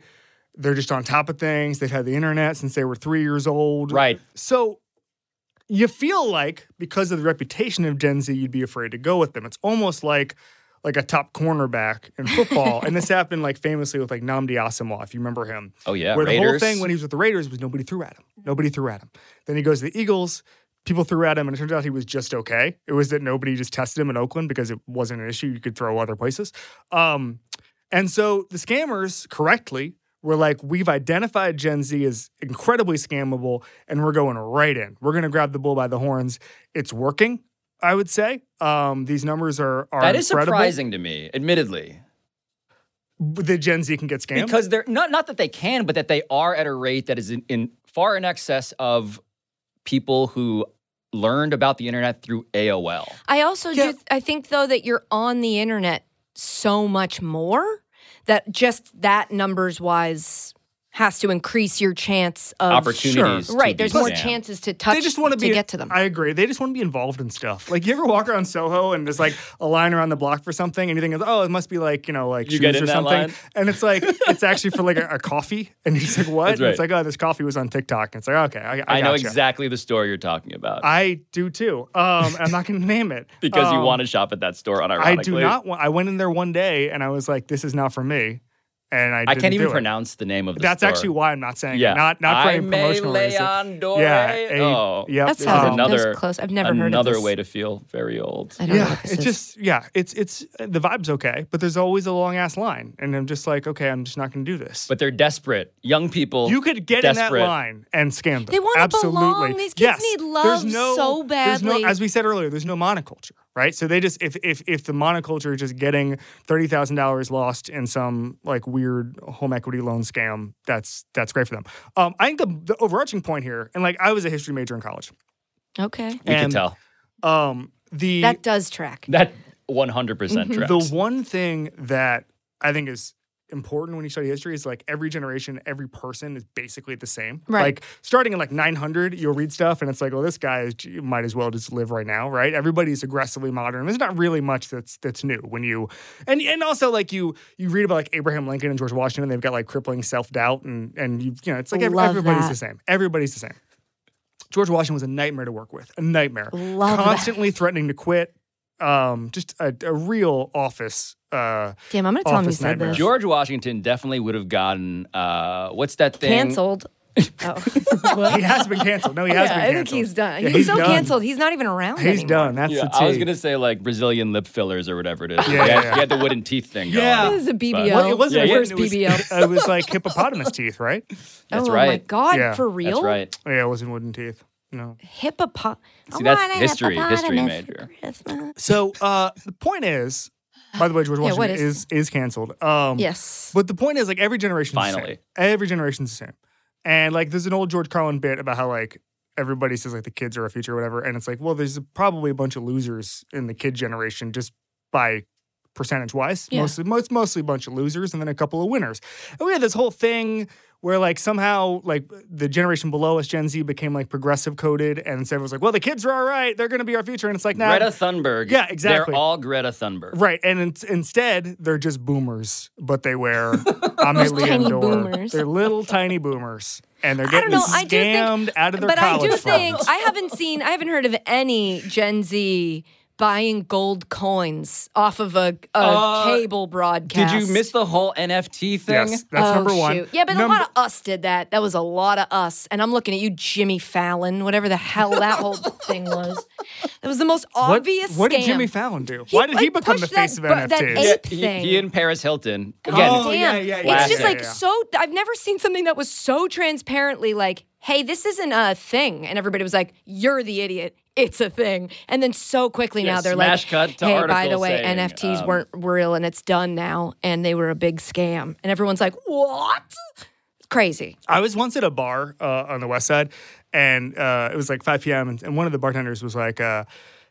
they're just on top of things. They've had the internet since they were three years old.
right.
So you feel like because of the reputation of Gen Z, you'd be afraid to go with them. It's almost like like a top cornerback in football. and this happened like famously with like Namdi Asamoah, if you remember him.
Oh, yeah.
where the whole
Raiders.
thing when he was with the Raiders was nobody threw at him. Nobody threw at him. Then he goes to the Eagles. People threw at him, and it turned out he was just okay. It was that nobody just tested him in Oakland because it wasn't an issue. You could throw other places. Um, and so the scammers correctly were like, we've identified Gen Z as incredibly scammable and we're going right in. We're going to grab the bull by the horns. It's working, I would say. Um, these numbers are, are
That is
incredible.
surprising to me, admittedly.
The Gen Z can get scammed.
Because they're not not that they can, but that they are at a rate that is in, in far in excess of people who learned about the internet through AOL.
I also do. I think though that you're on the internet so much more that just that numbers wise has to increase your chance of
Opportunities. to
Right, there's
be
more
scammed.
chances to touch.
they just want to
to
be
get to them.
I agree. They just want to be involved in stuff. Like you ever walk around Soho and there's like a line around the block for something, and you think, oh, it must be like you know like
You
shoes
get in
or
that
something,
line?
and it's like it's actually for like a, a coffee, and you're just like, what?
That's
And It's
right.
like, oh, this coffee was on TikTok, and it's like, okay, I, I,
I know
gotcha.
exactly the store you're talking about
I do too. Um, I'm not going to name it
because you
Um,
want to shop at that store. On
I do not want. I went in there one day and I was like, this is not for me, and I
I
didn't
can't even
do it.
pronounce the name of the
That's
store.
actually why I'm not saying
Yeah.
it. Not not for any
Aime
promotional reason.
Leondore.
Yeah. a-
oh.
Yep. Um,
That's
this
how
is
that
it.
another-
was close. I've never heard of
Another
this.
way to feel very old.
I don't know
Yeah,
what this
it's
is.
just yeah, it's it's uh, the vibe's okay, but there's always a long ass line, and I'm just like, okay, I'm just not gonna do this.
But they're desperate. Young people.
you could get in
desperate.
that line and scam them.
They wanna
absolutely.
belong. These
yes.
kids need
There's
love
no-
so
there's no-
badly.
as we said earlier, there's no monoculture, right? So they just if if if the monoculture is just getting thirty thousand dollars lost in some like weird home equity loan scam, that's that's great for them. Um, I think the the overarching point here, and like I was a history major in college.
okay.
You can
And-
tell.
Um, the
That does track.
That 100%
Mm-hmm.
tracks.
The one thing that I think is important when you study history is like every generation, every person is basically the same.
Right.
Like starting in like 900, you'll read stuff and it's like, well, this guy is, you might as well just live right now, right? Everybody's aggressively modern. There's not really much that's that's new when you and and also like you you read about like Abraham Lincoln and George Washington, and they've got like crippling self doubt and and you you know it's like ev-
Love
everybody's
that.
the same. Everybody's the same. George Washington was a nightmare to work with, a nightmare.
Love that.
Constantly threatening to quit. Um, just a, a real office. Uh,
Damn, I'm gonna tell him you
Office
said
nightmare.
this.
George Washington definitely would have gotten, uh, what's that thing?
Cancelled. Oh. Well,
he has been canceled. No, he has
Oh, yeah,
been
I
canceled.
think he's done.
Yeah,
he's, so canceled. He's not even around.
He's
anymore.
done. That's
Yeah,
the tea.
I was going to say like Brazilian lip fillers or whatever it is.
Yeah,
you,
yeah,
had,
yeah.
you had the wooden teeth thing
Yeah.
going.
This is a BBL.
But-
Well, it wasn't
Yeah,
a
worst
wooden, it was-
BBL.
it was like hippopotamus teeth, right?
That's
oh my
right.
god,
Yeah.
for real?
That's right.
Oh, yeah, it wasn't wooden teeth. No.
Hippopot.
See, that's history- history major.
So uh, the point is, by the way, George
Yeah, what
Washington
is-
is, is canceled. Um,
Yes.
But the point is, like every generation,
Finally.
every generation's the same. And like, there's an old George Carlin bit about how like everybody says like the kids are our future or whatever, and it's like, well, there's probably a bunch of losers in the kid generation just by percentage wise.
Yeah.
Mostly, most mostly a bunch of losers, and then a couple of winners. And we had this whole thing where like somehow like the generation below us, Gen Z, became like progressive coded, and so everyone's like, well, the kids are all right, they're gonna be our future, and it's like, now.
Greta Thunberg.
Yeah, exactly.
They're all Greta Thunberg.
Right, and in- instead they're just boomers, but they wear Amelie
tiny
Endor.
boomers.
They're little tiny boomers, and they're
I
getting
don't know. I do
scammed
think,
out of their
but I
college
do think
funds.
I haven't seen, I haven't heard of any Gen Z buying gold coins off of a, a
Uh,
cable broadcast.
Did you miss the whole NFT thing?
yes, that's
oh,
number one.
Shoot. Yeah, but
Number-
a lot of us did that. That was a lot of us. And I'm looking at you, Jimmy Fallon, whatever the hell that whole thing was. That was the most
what,
obvious
what did
scam.
Jimmy Fallon do? Why did he
like,
become the
pushed that
face of
bu- that
NFTs?
ape
He,
thing.
he and Paris Hilton. Again,
God
Oh,
damn.
yeah, yeah,
yeah,
it's just
yeah,
like
yeah.
so. I've never seen something that was so transparently like, hey, this isn't a thing. And everybody was like, you're the idiot. It's a thing. And then so quickly
Yeah,
now they're
smash
like,
cut to
hey, by the
articles
way,
saying,
NFTs
um,
weren't real and it's done now. And they were a big scam. And everyone's like, what? Crazy.
I was once at a bar uh, on the West Side, and uh, it was like 5 p.m. And, and one of the bartenders was like, uh,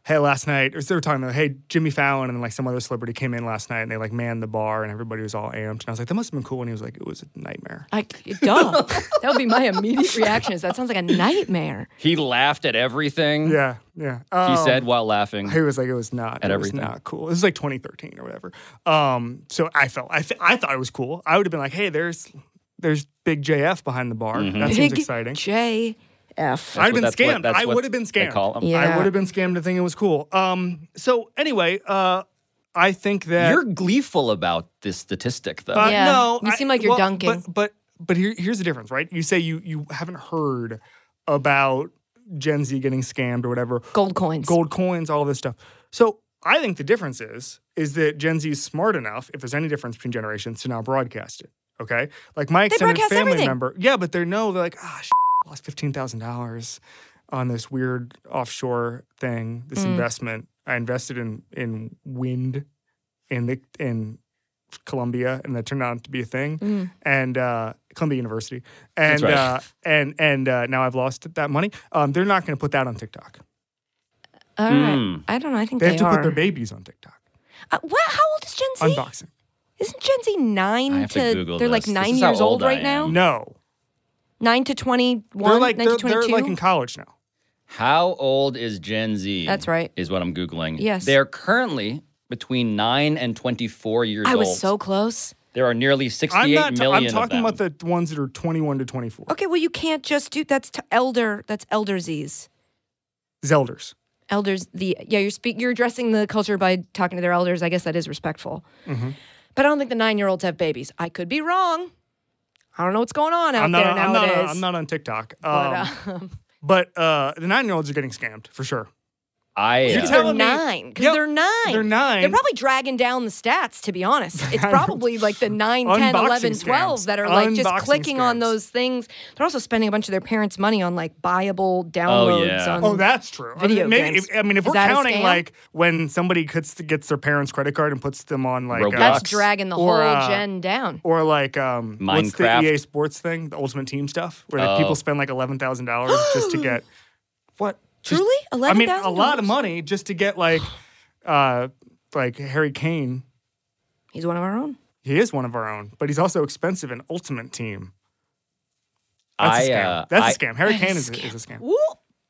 "Hey, last night," or they were talking about, "Hey, Jimmy Fallon," and like some other celebrity came in last night, and they like manned the bar, and everybody was all amped. And I was like, "That must have been cool." And he was like, "It was a nightmare."
I, duh. that would be my immediate reaction. Is that sounds like a nightmare.
He laughed at everything
Yeah, yeah.
he
Um,
said while laughing.
He was like, it was not.
At
it
everything.
was not cool. This is like 2013 or whatever. Um, so I felt, I, fe- I thought it was cool. I would have been like, hey, there's, there's big JF behind the bar. That seems
Big
exciting.
J F.
I'd have
what- Mm-hmm.
been
that's what-
scammed.
that's
I
what
would have been
they
scammed.
call 'em.
Yeah.
I would have been scammed to think it was cool. Um, so anyway, uh, I think that
You're gleeful about this statistic, though.
but
Yeah.
no,
You
I-
seem like you're
well,
dunking.
But but, but here, here's the difference, right? You say you you haven't heard about Gen Z getting scammed or whatever.
Gold coins.
gold coins, all this stuff. So I think the difference is is that Gen Z is smart enough, if there's any difference between generations, to now broadcast it. Okay, like my extended
broadcast
family
everything.
member, yeah, but they're no, they're like, ah, sh- lost fifteen thousand dollars on this weird offshore thing, this
Mm.
investment. I invested in in wind in the in Columbia, and that turned out to be a thing.
Mm.
And uh, Columbia University, and
right.
uh, and and uh, now I've lost that money. Um, they're not going to put that on TikTok.
All right.
Mm.
I don't know. I think
They
they,
have to
are.
put their babies on TikTok.
Uh, what? How old is Gen Z?
Unboxing.
Isn't Gen Z nine
I have to
to,
Google
they're like
this. This
nine
is how
years
old
old
I
right
am.
now?
No,
Nine to 21,
they're like they're,
19,
they're
22?
like in college now.
How old is Gen Z?
That's right.
Is what I'm Googling.
Yes.
They're currently between 9 and 24 years
I
old.
was so close.
There are nearly
I'm
sixty-eight
not.
million
i I'm
of
talking
them.
about the ones that are 21 to 24.
Okay, well you can't just do that's t- elder that's elder Z's.
Zelders.
Elders the yeah, you're speak you're addressing the culture by talking to their elders. I guess that is respectful.
Mm-hmm.
But I don't think the nine year olds have babies. I could be wrong. I don't know what's going on out
I'm not.
there
on- I'm not.
nowadays.
on- I'm not on TikTok. Um,
but, um,
But uh, the nine year olds are getting scammed for sure.
I
You're
uh,
telling-
they're
me-
nine. 'cause
Yep,
they're nine.
they're nine.
They're probably dragging down the stats, to be honest. It's probably like the 9, 10,
Unboxing
11,
scams.
12 that are like just
Unboxing
clicking on
scams.
those things. They're also spending a bunch of their parents' money on like buyable downloads.
yeah.
on,
Oh, that's true. I
Um, video
mean, maybe
games.
if, I mean if
Is
we're
that a
counting
scam?
like when somebody gets gets their parents' credit card and puts them on like uh,
Roblox.
That's dragging the whole
or, uh,
gen down.
or like um, what's the
Minecraft.
EA Sports thing, the Ultimate Team stuff, where like,
Oh.
people spend like eleven thousand dollars just to get what? Just-
Truly?
I mean, a
$11,000?
lot of money just to get like uh, like Harry Kane.
He's one of our own.
He is one of our own, but he's also expensive in Ultimate Team.
I,
That's a scam.
uh, I-
That's a scam. Harry Kane is, a- is a scam.
Woo!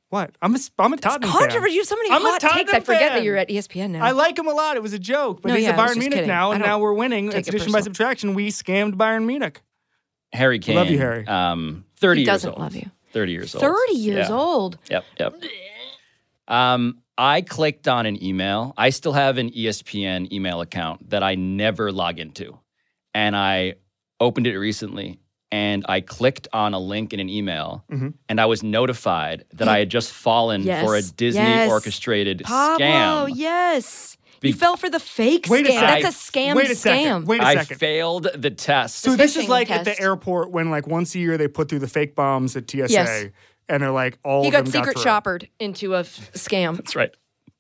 What? I'm a, s- I'm a Tottenham fan.
Controversy. You have so many
I'm a
hot takes. I
Tottenham
forget
fan.
that you're at E ESPN now.
I like him a lot. It was a joke, but
No,
he's
yeah,
at
I was
Bayern
just
Munich
kidding.
now,
I
and
don't
now we're winning.
take
It's
it
addition by
personal.
subtraction. We scammed Bayern Munich.
Harry Kane.
Love you, Harry.
Um, thirty
He
years
doesn't
old.
love you.
Thirty years old.
30 years
Yeah.
old.
Yep. Yep. Um, I clicked on an email. I still have an E ESPN email account that I never log into. And I opened it recently and I clicked on a link in an email
Mhm.
and I was notified that I had just fallen
Yes.
for a Disney
Yes.
orchestrated
Pablo,
scam.
yes.
Be-
you fell for the fake
Wait a
scam.
second.
That's a scam
Wait a
scam.
second. Wait a
I
second.
failed the test.
So this is
phishing
like at
test.
the airport when like once a year they put through the fake bombs at TSA,
Yes.
and they're like all
He
of
got
them
secret
got through.
shoppered into a f- scam.
That's right.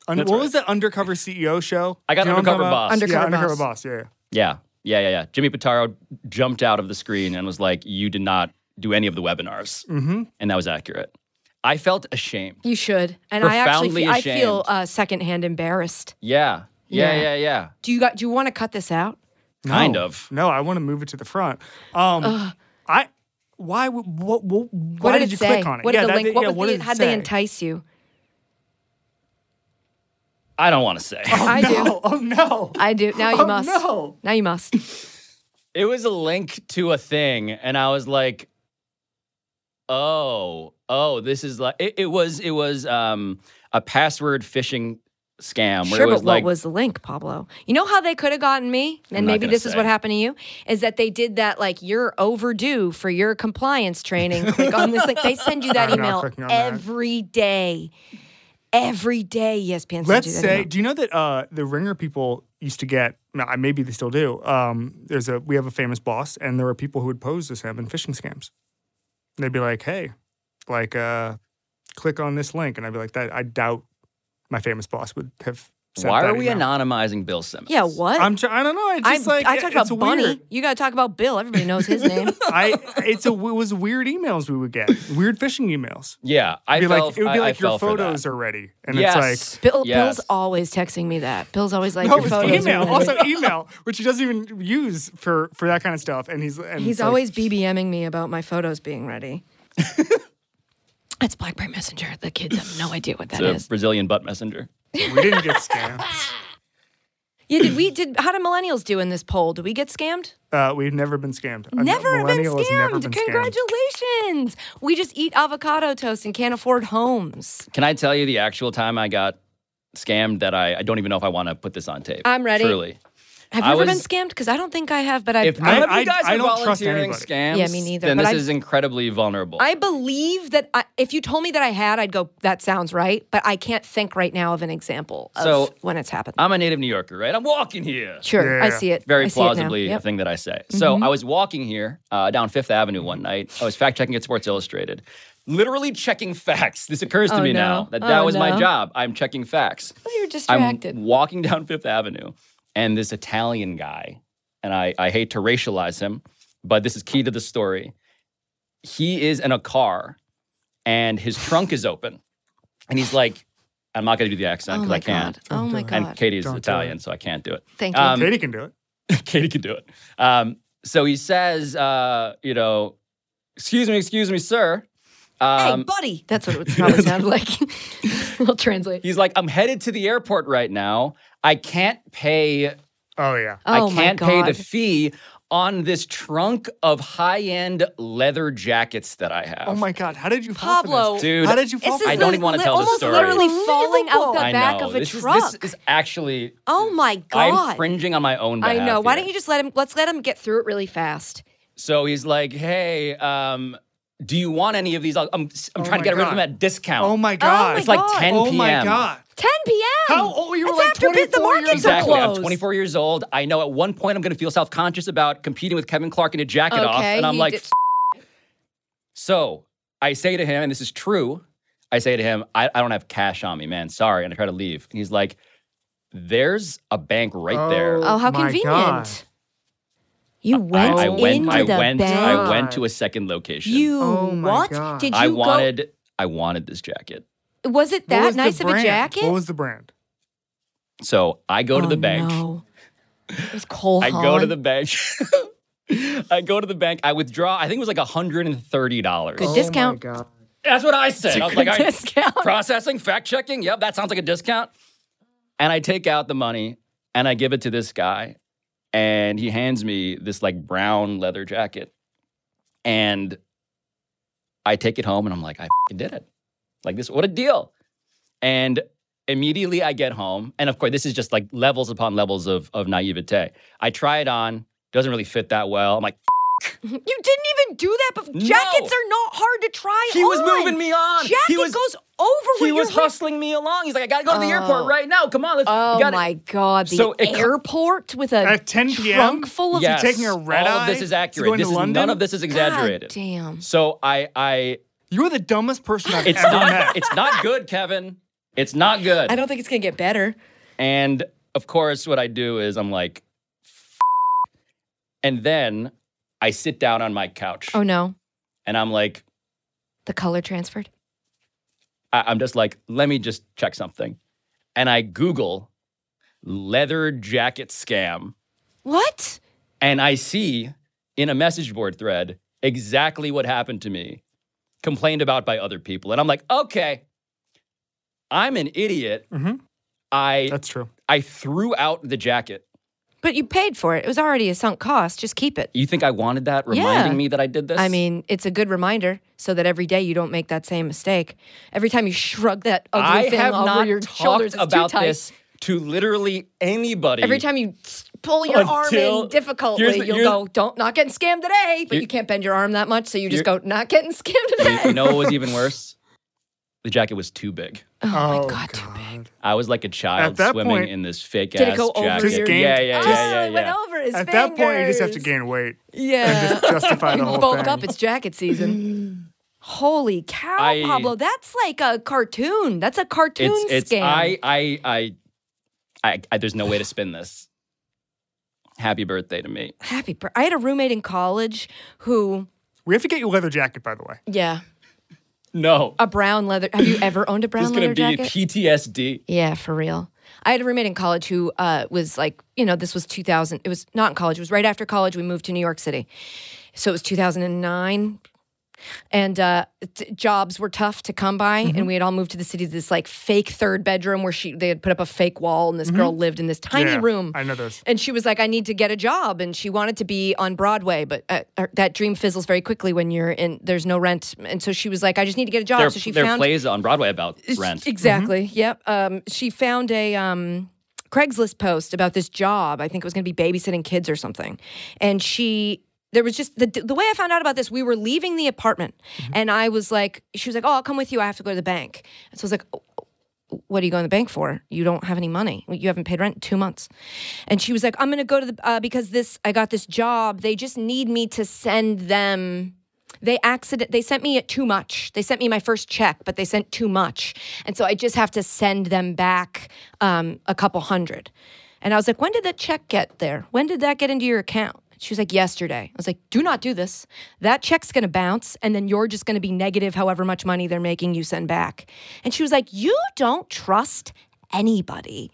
Un-
That's
what
right.
was the undercover CEO show?
I got
Do you know what I'm
Undercover
talking about?
Boss.
Undercover
yeah,
Boss.
undercover boss. Yeah, yeah.
Yeah. Yeah, yeah, yeah. Jimmy Pitaro jumped out of the screen and was like, You did not do any of the webinars. Mm-hmm. And that was accurate. I felt ashamed.
You should. And I actually
Profoundly
feel, I feel
ashamed.
uh, secondhand embarrassed.
Yeah. Yeah, yeah,
Yeah.
yeah.
Do you got? Do you want to cut this out?
Kind
No.
of.
No, I want to move it to the front. Um, I why would- what, what,
What
why did,
it
you
say?
click on it?
What
yeah,
did the
that
link?
did-
what
yeah,
was
what
the,
did it
how'd
say?
they entice you?
I don't want to say.
I do.
Oh, oh no!
I do. Now you
Oh,
must.
no.
Now you must.
It was a link to a thing, and I was like, "Oh, oh, this is like it, it was. It was um a password phishing scam where
Sure,
it was
but
like
what was the link, Pablo? You know how they could have gotten me, and
I'm not
maybe
gonna
this is
say.
what happened to you, is that they did that like you're overdue for your compliance training. Click on this link. They send you that
I'm not
email
clicking on that.
every day, every day. E ESPN. sends
Let's
you that
say,
email.
do you know that uh, the ringer people used to get? No, I- maybe they still do. Um, there's a we have a famous boss, and there are people who would pose as him in phishing scams. And they'd be like, "Hey, like, uh, click on this link," and I'd be like, "That I doubt my famous boss would have." Sent
why
that
are we
email.
anonymizing Bill Simmons?
Yeah. What?
I'm. Tr- I don't know. I just
I'm-
like.
I talked
it's
about Bunny.
Weird.
You got to talk about Bill. Everybody knows his name.
I. It's a. It was weird emails we would get. Weird phishing emails.
Yeah, I
It'd be
felt
like it would be
I- I
like
fell
your
for that.
photos are ready, and
yes.
it's like.
Bill,
yes.
Bill's always texting me that. Bill's always like,
No,
your
it's
photos. are
email.
really
Also
good."
email, which he doesn't even use for for that kind of stuff. And he's and
he's
it's like-
always BBMing me about my photos being ready. That's BlackBerry Messenger. The kids have no idea what that
It's a
is.
Brazilian butt messenger.
we didn't get scammed.
Yeah, did we? Did how did millennials do in this poll? Did we get scammed?
Uh, we've never been scammed. A
Never been
millennial has never
scammed.
been
Congratulations. We just eat avocado toast and can't afford homes.
Can I tell you the actual time I got scammed? That I I don't even know if I want to put this on tape.
I'm ready.
Truly.
Have you
I
ever been
was-
scammed? Because I don't think I have, but I
If
I,
none of
I-
you guys
I
are
don't trust
volunteering
anybody.
scams,
Yeah, me neither,
then
but
this
I-
is incredibly vulnerable.
I believe that I, if you told me that I had, I'd go, that sounds right. But I can't think right now of an example of
So-
when it's happened.
I'm a native New Yorker, right? I'm walking here.
sure, I
Yeah.
see it. I
Very
see it now.
plausibly a
Yep. Mm-hmm.
thing that I say. So I was walking here uh, down Fifth Avenue one night. I was fact checking at Sports Illustrated, literally checking facts. This occurs to
Oh,
me
no.
now that that
Oh,
was my
no.
job. I'm checking facts.
You're
I'm
distracted.
walking down Fifth Avenue, and this Italian guy, and I, I hate to racialize him, but this is key to the story. He is in a car, and his trunk is open, and he's like, "I'm not going to do the accent
oh
because
my
I can't."
god. Oh my god.
And Katie is
Don't do
Italian,
it.
so I can't do it.
Thank you.
Um,
Katie can do it.
Katie can do it. Um, so he says, uh, you know, excuse me, excuse me, sir. Um,
hey, buddy.
That's what it would probably sound like. I'll translate.
he's like, I'm headed to the airport right now. I can't pay.
Oh yeah.
Oh
I
my
can't pay the
God.
fee on this trunk of high-end leather jackets that I have.
Oh my god. How did you fall for this?
Pablo.
dude!
How did you fall
This
for
is
I don't even want to
li-
tell the
almost
story.
literally
Falling out the
I
back
I know.
of a
this
truck.
Is, this is actually.
Oh my god.
I'm cringing on my own.
I
behalf
know. Why
here.
don't you just let him? Let's let him get through it really fast.
So he's like, "Hey, um, do you want any of these? I'm,
Oh,
I'm trying to
my
get rid of
God.
them at discount.
Oh my god.
It's like 10
Oh
p.m.
my god.
10 p.m.
How old you were
That's
like
after bit- the
24 years
markets are
Exactly.
closed.
I'm 24 years old. I know at one point I'm going to feel self conscious about competing with Kevin Clark in a jacket off,
Okay,
and I'm
he
like,
did-
"F- so I say to him, and this is true. I say to him, I, I don't have cash on me, man. Sorry, and I try to leave, and he's like, "There's a bank right there."
Oh, how
my
convenient.
God.
You went
Uh, I, I went.
into
I
the
went.
bank.
I went to a second location.
you
Oh my
what?
God.
Did you
I
go-
wanted. I wanted this jacket.
Was it
What
that
was the
nice of a
brand?
jacket?
What was the brand?
So I go to the bank.
Oh, No. It was Cole
I go to the bank. I go to the bank. I withdraw. I think it was like hundred and thirty dollars.
Good discount.
Oh my god.
That's what I said. I was like, I-
discount.
processing, fact checking. Yep, that sounds like a discount. And I take out the money and I give it to this guy, and he hands me this like brown leather jacket, and I take it home and I'm like, I fing did it. Like this, what a deal. And immediately I get home, and of course, this is just like levels upon levels of of naivete. I try it on, doesn't really fit that well. I'm like,
You didn't even do that before.
No.
Jackets are not hard to try
he was
on.
moving me on.
Jacket
he was
goes over
he
when
was
you're
hustling me along. He's like, I gotta go to the airport
Oh.
right now. Come on, let's. we
Oh
gotta-
my God. The
So it co-
airport with a
At 10 p.m.?
trunk full of
Yes.
taking a red
All of
eye
this is
to
accurate.
going
This
to
is, none
London?
of this is exaggerated.
God damn.
So I, I,
You're the dumbest person I've
it's
ever
not,
met.
it's not good, Kevin. It's not good.
I don't think it's gonna get better.
And of course, what I do is I'm like, "F- and then I sit down on my couch
Oh no,
and I'm like,
the color transferred.
I, I'm just like, let me just check something, and I Google leather jacket scam.
What?
And I see in a message board thread exactly what happened to me, complained about by other people. And I'm like, okay, I'm an idiot.
Mhm.
I
That's true.
I threw out the jacket.
But you paid for it. It was already a sunk cost. Just keep it.
You think I wanted that reminding
Yeah.
me that I did this?
I mean, it's a good reminder so that every day you don't make that same mistake. Every time you shrug that ugly
I
thing
have
over
not
your
talked
shoulders, it's
about
too tight.
this to literally anybody.
Every time you s- pull your arm
Until-
in difficultly,
here's the-
you'll
here's-
go, "Don't not getting scammed today." But
Here-
you can't bend your arm that much, so you just go,
Here-
"Not getting scammed
you,
today."
you know what was even worse? The jacket was too big.
Oh,
Oh,
my god, too big.
I was like a child
At that
swimming
point-
in this fake
Did it
ass
go over
jacket.
your- Just gained-
yeah, yeah, yeah,
Oh,
yeah,
it
yeah.
went over his
At that point, you just have to
fingers.
gain weight.
Yeah.
just justify the
You
whole
bulk
thing.
up. It's jacket season. Holy cow,
I-
Pablo! That's like a cartoon. That's a cartoon
it's it's
scam.
I, I I I I there's no way to spin this. Happy birthday to me.
Happy. bir- I had a roommate in college who,
We have to get you a leather jacket, by the way.
yeah,
No.
a brown leather. Have you ever owned a brown
This is
leather
gonna be
jacket?
PTSD.
Yeah, for real. I had a roommate in college who uh, was like, you know, this was 2000. It was not in college. It was right after college. We moved to New York City. So it was 2009. And uh, t- jobs were tough to come by.
Mm-hmm.
And we had all moved to the city to this like fake third bedroom where she they had put up a fake wall and this girl lived in this tiny
Mm-hmm. Yeah,
room.
I know this.
And she was like, I need to get a job. And she wanted to be on Broadway, but uh, her- that dream fizzles very quickly when you're in, there's no rent. And so she was like, I just need to get a job.
There,
Oh, so she
there are
found
plays on Broadway about rent.
Exactly. Yep. Um, she found a um, Craigslist post about this job. I think it was going to be babysitting kids or something. And she, there was just the, the way I found out about this, we were leaving the apartment. And I was like, she was like, oh, I'll come with you. I have to go to the bank. And so I was like, "Oh, what are you going to the bank for? You don't have any money. You haven't paid rent in two months. And she was like, I'm going to go to the, uh, because this, I got this job. They just need me to send them. They accident, they sent me too much. They sent me my first check, but they sent too much. And so I just have to send them back um, a couple hundred. And I was like, when did that check get there? When did that get into your account? She was like, yesterday. I was like, do not do this. That check's gonna bounce, and then you're just gonna be negative however much money they're making you send back. And she was like, you don't trust anybody.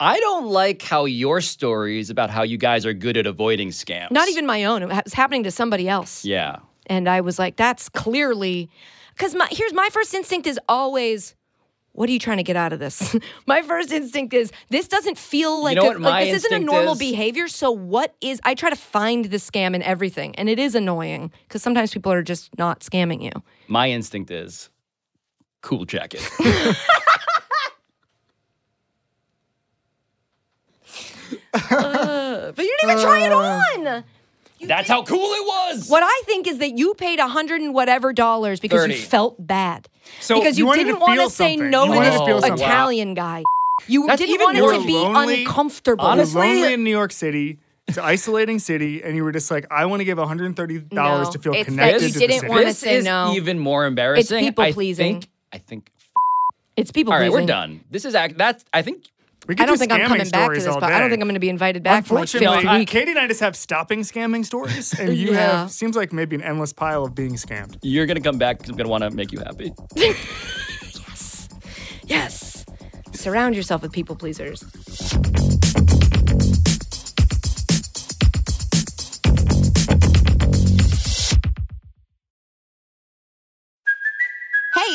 I don't like how your story is about how you guys are good at avoiding scams.
Not even my own. It was happening to somebody else.
Yeah.
And I was like, that's clearly because my here's my first instinct is always, what are you trying to get out of this? my first instinct is this doesn't feel like,
know
a-
what my
like this isn't a
instinct
normal
is?
behavior. So what is I try to find the scam in everything. And it is annoying because sometimes people are just not scamming you.
My instinct is cool jacket.
But you didn't even try it on.
That's how cool it was.
Uh. What I think is that you paid a hundred and whatever dollars because
30.
you felt bad.
So
because
you
you,
wanted to
didn't want
feel
to say
something.
no
You
to
wanted
this
to feel something.
Italian guy. You
That's
didn't
even
want it
more
to be
lonely.
uncomfortable.
You're lonely in New York City. It's an isolating city, and you were just like, I want to give $130
No,
to feel
it's that
connected
you
to
didn't
the city.
want- wanna
this
say
is
no.
even more embarrassing.
people-pleasing.
I think. I think.
it's people
All right,
pleasing.
we're done. This is act. That's. I think.
We could
I don't
do
think I'm
scamming
coming back to
stories
this,
all
but I don't
day.
think I'm going to be invited back for like
Unfortunately,
fifth
I-
week.
Katie and I just have stopping scamming stories, and you
Yeah.
have seems like maybe an endless pile of being scammed.
You're gonna come back. 'cause I'm gonna want to make you happy.
Yes. Surround yourself with people pleasers.
Hey,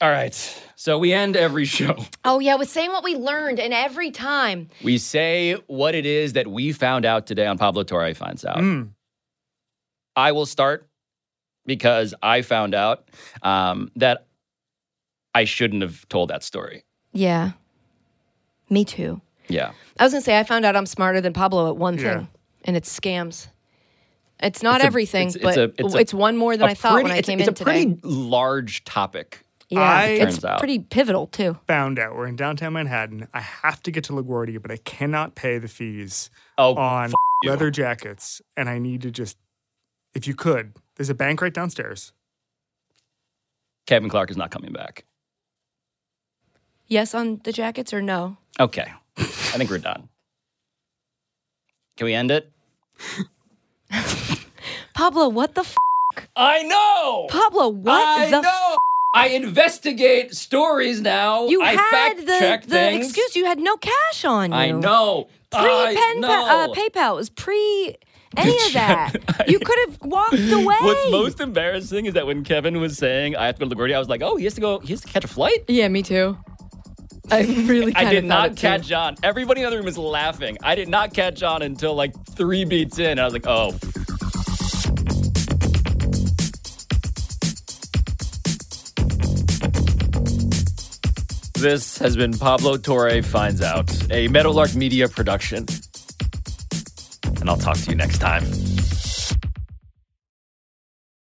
All right. So we end every show.
Oh yeah, with saying what we learned, and every time
We say what it is that we found out today on Pablo Torre finds out.
Mm.
I will start because I found out um, that I shouldn't have told that story.
Yeah. Me too.
Yeah.
I was gonna say I found out I'm smarter than Pablo at one
Yeah.
thing, and it's scams. It's not
It's a-
everything,
it's- it's
but
a-
it's,
it's a-
one more than
A
I thought when
pretty-
I
it's,
came
it's
in
a
today.
pretty large topic.
yeah,
I-
it's
Turns out.
pretty pivotal too.
Found out we're in downtown Manhattan. I have to get to LaGuardia, but I cannot pay the fees
Oh,
on
f- you.
leather jackets, and I need to just, if you could, there's a bank right downstairs.
Kevin Clark is not coming back.
Yes on the jackets or no?
Okay. I think we're done. Can we end it?
Pablo, what the f-
I know.
Pablo? What
I
the
know.
f-
I investigate stories now.
you
I
had
fact check
the, the
things.
excuse? You had no cash on you.
I know.
Pre
I
pen
know.
pa- uh, PayPal it was pre any of that. you could have walked away.
What's most embarrassing is that when Kevin was saying I have to go to LaGuardia, I was like, oh, he has to go, he has to catch a flight.
Yeah, me too. I really.
I
kinda
did
thought it
not
too.
catch on. Everybody in the other room was laughing. I did not catch on until like three beats in. And I was like, oh. This has been Pablo Torre Finds Out, a Meadowlark Media production. And I'll talk to you next time.